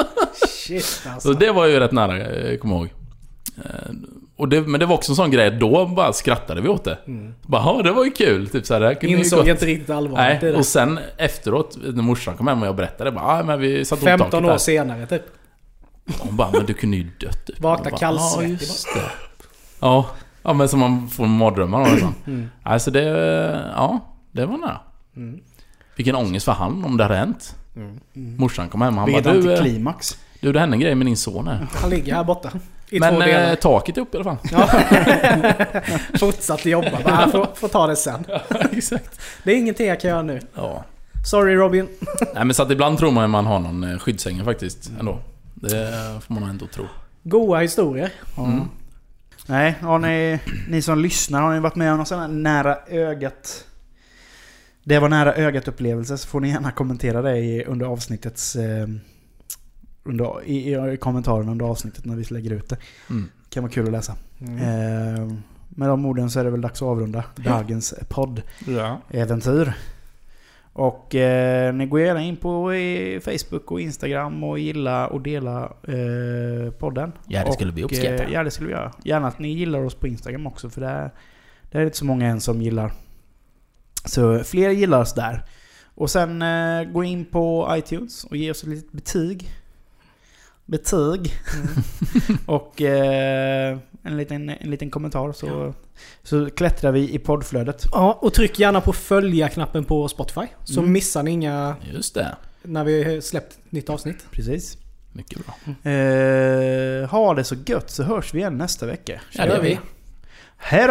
S1: Shit alltså.
S3: Så det var ju rätt nära, eh, kommer jag ihåg. Eh, Och det, men det var också en sån grej, då bara skrattade vi åt det. Bara, ja det var ju kul. Typ så här, det här kunde ju
S1: Mm. Insåg
S3: gått-
S1: inte riktigt allvaret i
S3: Nej,
S1: det.
S3: och sen efteråt, när morsan kom hem och jag berättade, bara, ah, men vi satte upp
S1: 15
S3: taket
S1: år
S3: där.
S1: senare typ.
S3: Hon bara, men du kunde ju dött typ.
S1: Vakna
S3: Jag bara,
S1: kallsvettig
S3: Ja, just det. Ja, ja, men som man får mardrömmar och sånt.
S1: Mm.
S3: Alltså det, ja, det var nära. Vilken ångest för han om det hade hänt.
S1: Mm.
S3: Morsan kom hem och han
S2: Vilket
S3: bara, du, eh,
S2: antiklimax.
S3: du det hände en grej med din son här.
S1: Han ligger här borta. I två
S3: Men eh,
S1: delar.
S3: taket är upp i alla fall.
S1: Fortsatt jobba. Bara, "Ah, får, får ta det sen.
S3: Exakt.
S1: Det är ingenting jag kan göra nu.
S3: Ja.
S1: Sorry Robin.
S3: Nej men så att ibland tror man ju man har någon eh, skyddsängel faktiskt ändå. Det får man ändå tro.
S1: Goa historier.
S2: Ja.
S3: Mm.
S2: Nej, har ni, ni som lyssnar, har ni varit med om någon sån här nära ögat... Det var nära ögat upplevelse så får ni gärna kommentera det i, under avsnittets... Eh, under, i, i, I kommentaren under avsnittet när vi lägger ut det.
S3: Mm.
S2: Kan vara kul att läsa. Eh, med de orden så är det väl dags att avrunda dagens poddäventyr. Och eh, ni går gärna in på eh, Facebook och Instagram och gilla och dela eh, podden.
S3: Ja, det skulle vi
S2: Och,
S3: uppskatta.
S2: eh, Ja, det skulle vi göra. Gärna att ni gillar oss på Instagram också för där, där är det inte så många än som gillar. Så fler gillar oss där. Och sen eh, gå in på iTunes och ge oss ett litet betyg. Betyg. och eh, en, liten, en liten kommentar så, så klättrar vi i poddflödet.
S1: Ja, och tryck gärna på följa-knappen på Spotify. Så
S2: Mm.
S1: missar ni inga
S3: Just det.
S1: när vi har släppt ett nytt avsnitt.
S2: Precis.
S3: Mycket bra.
S2: Eh, ha det så gött så hörs vi igen nästa vecka.
S3: Ja, det gör vi.
S1: vi.
S2: Hej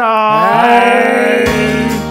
S2: då!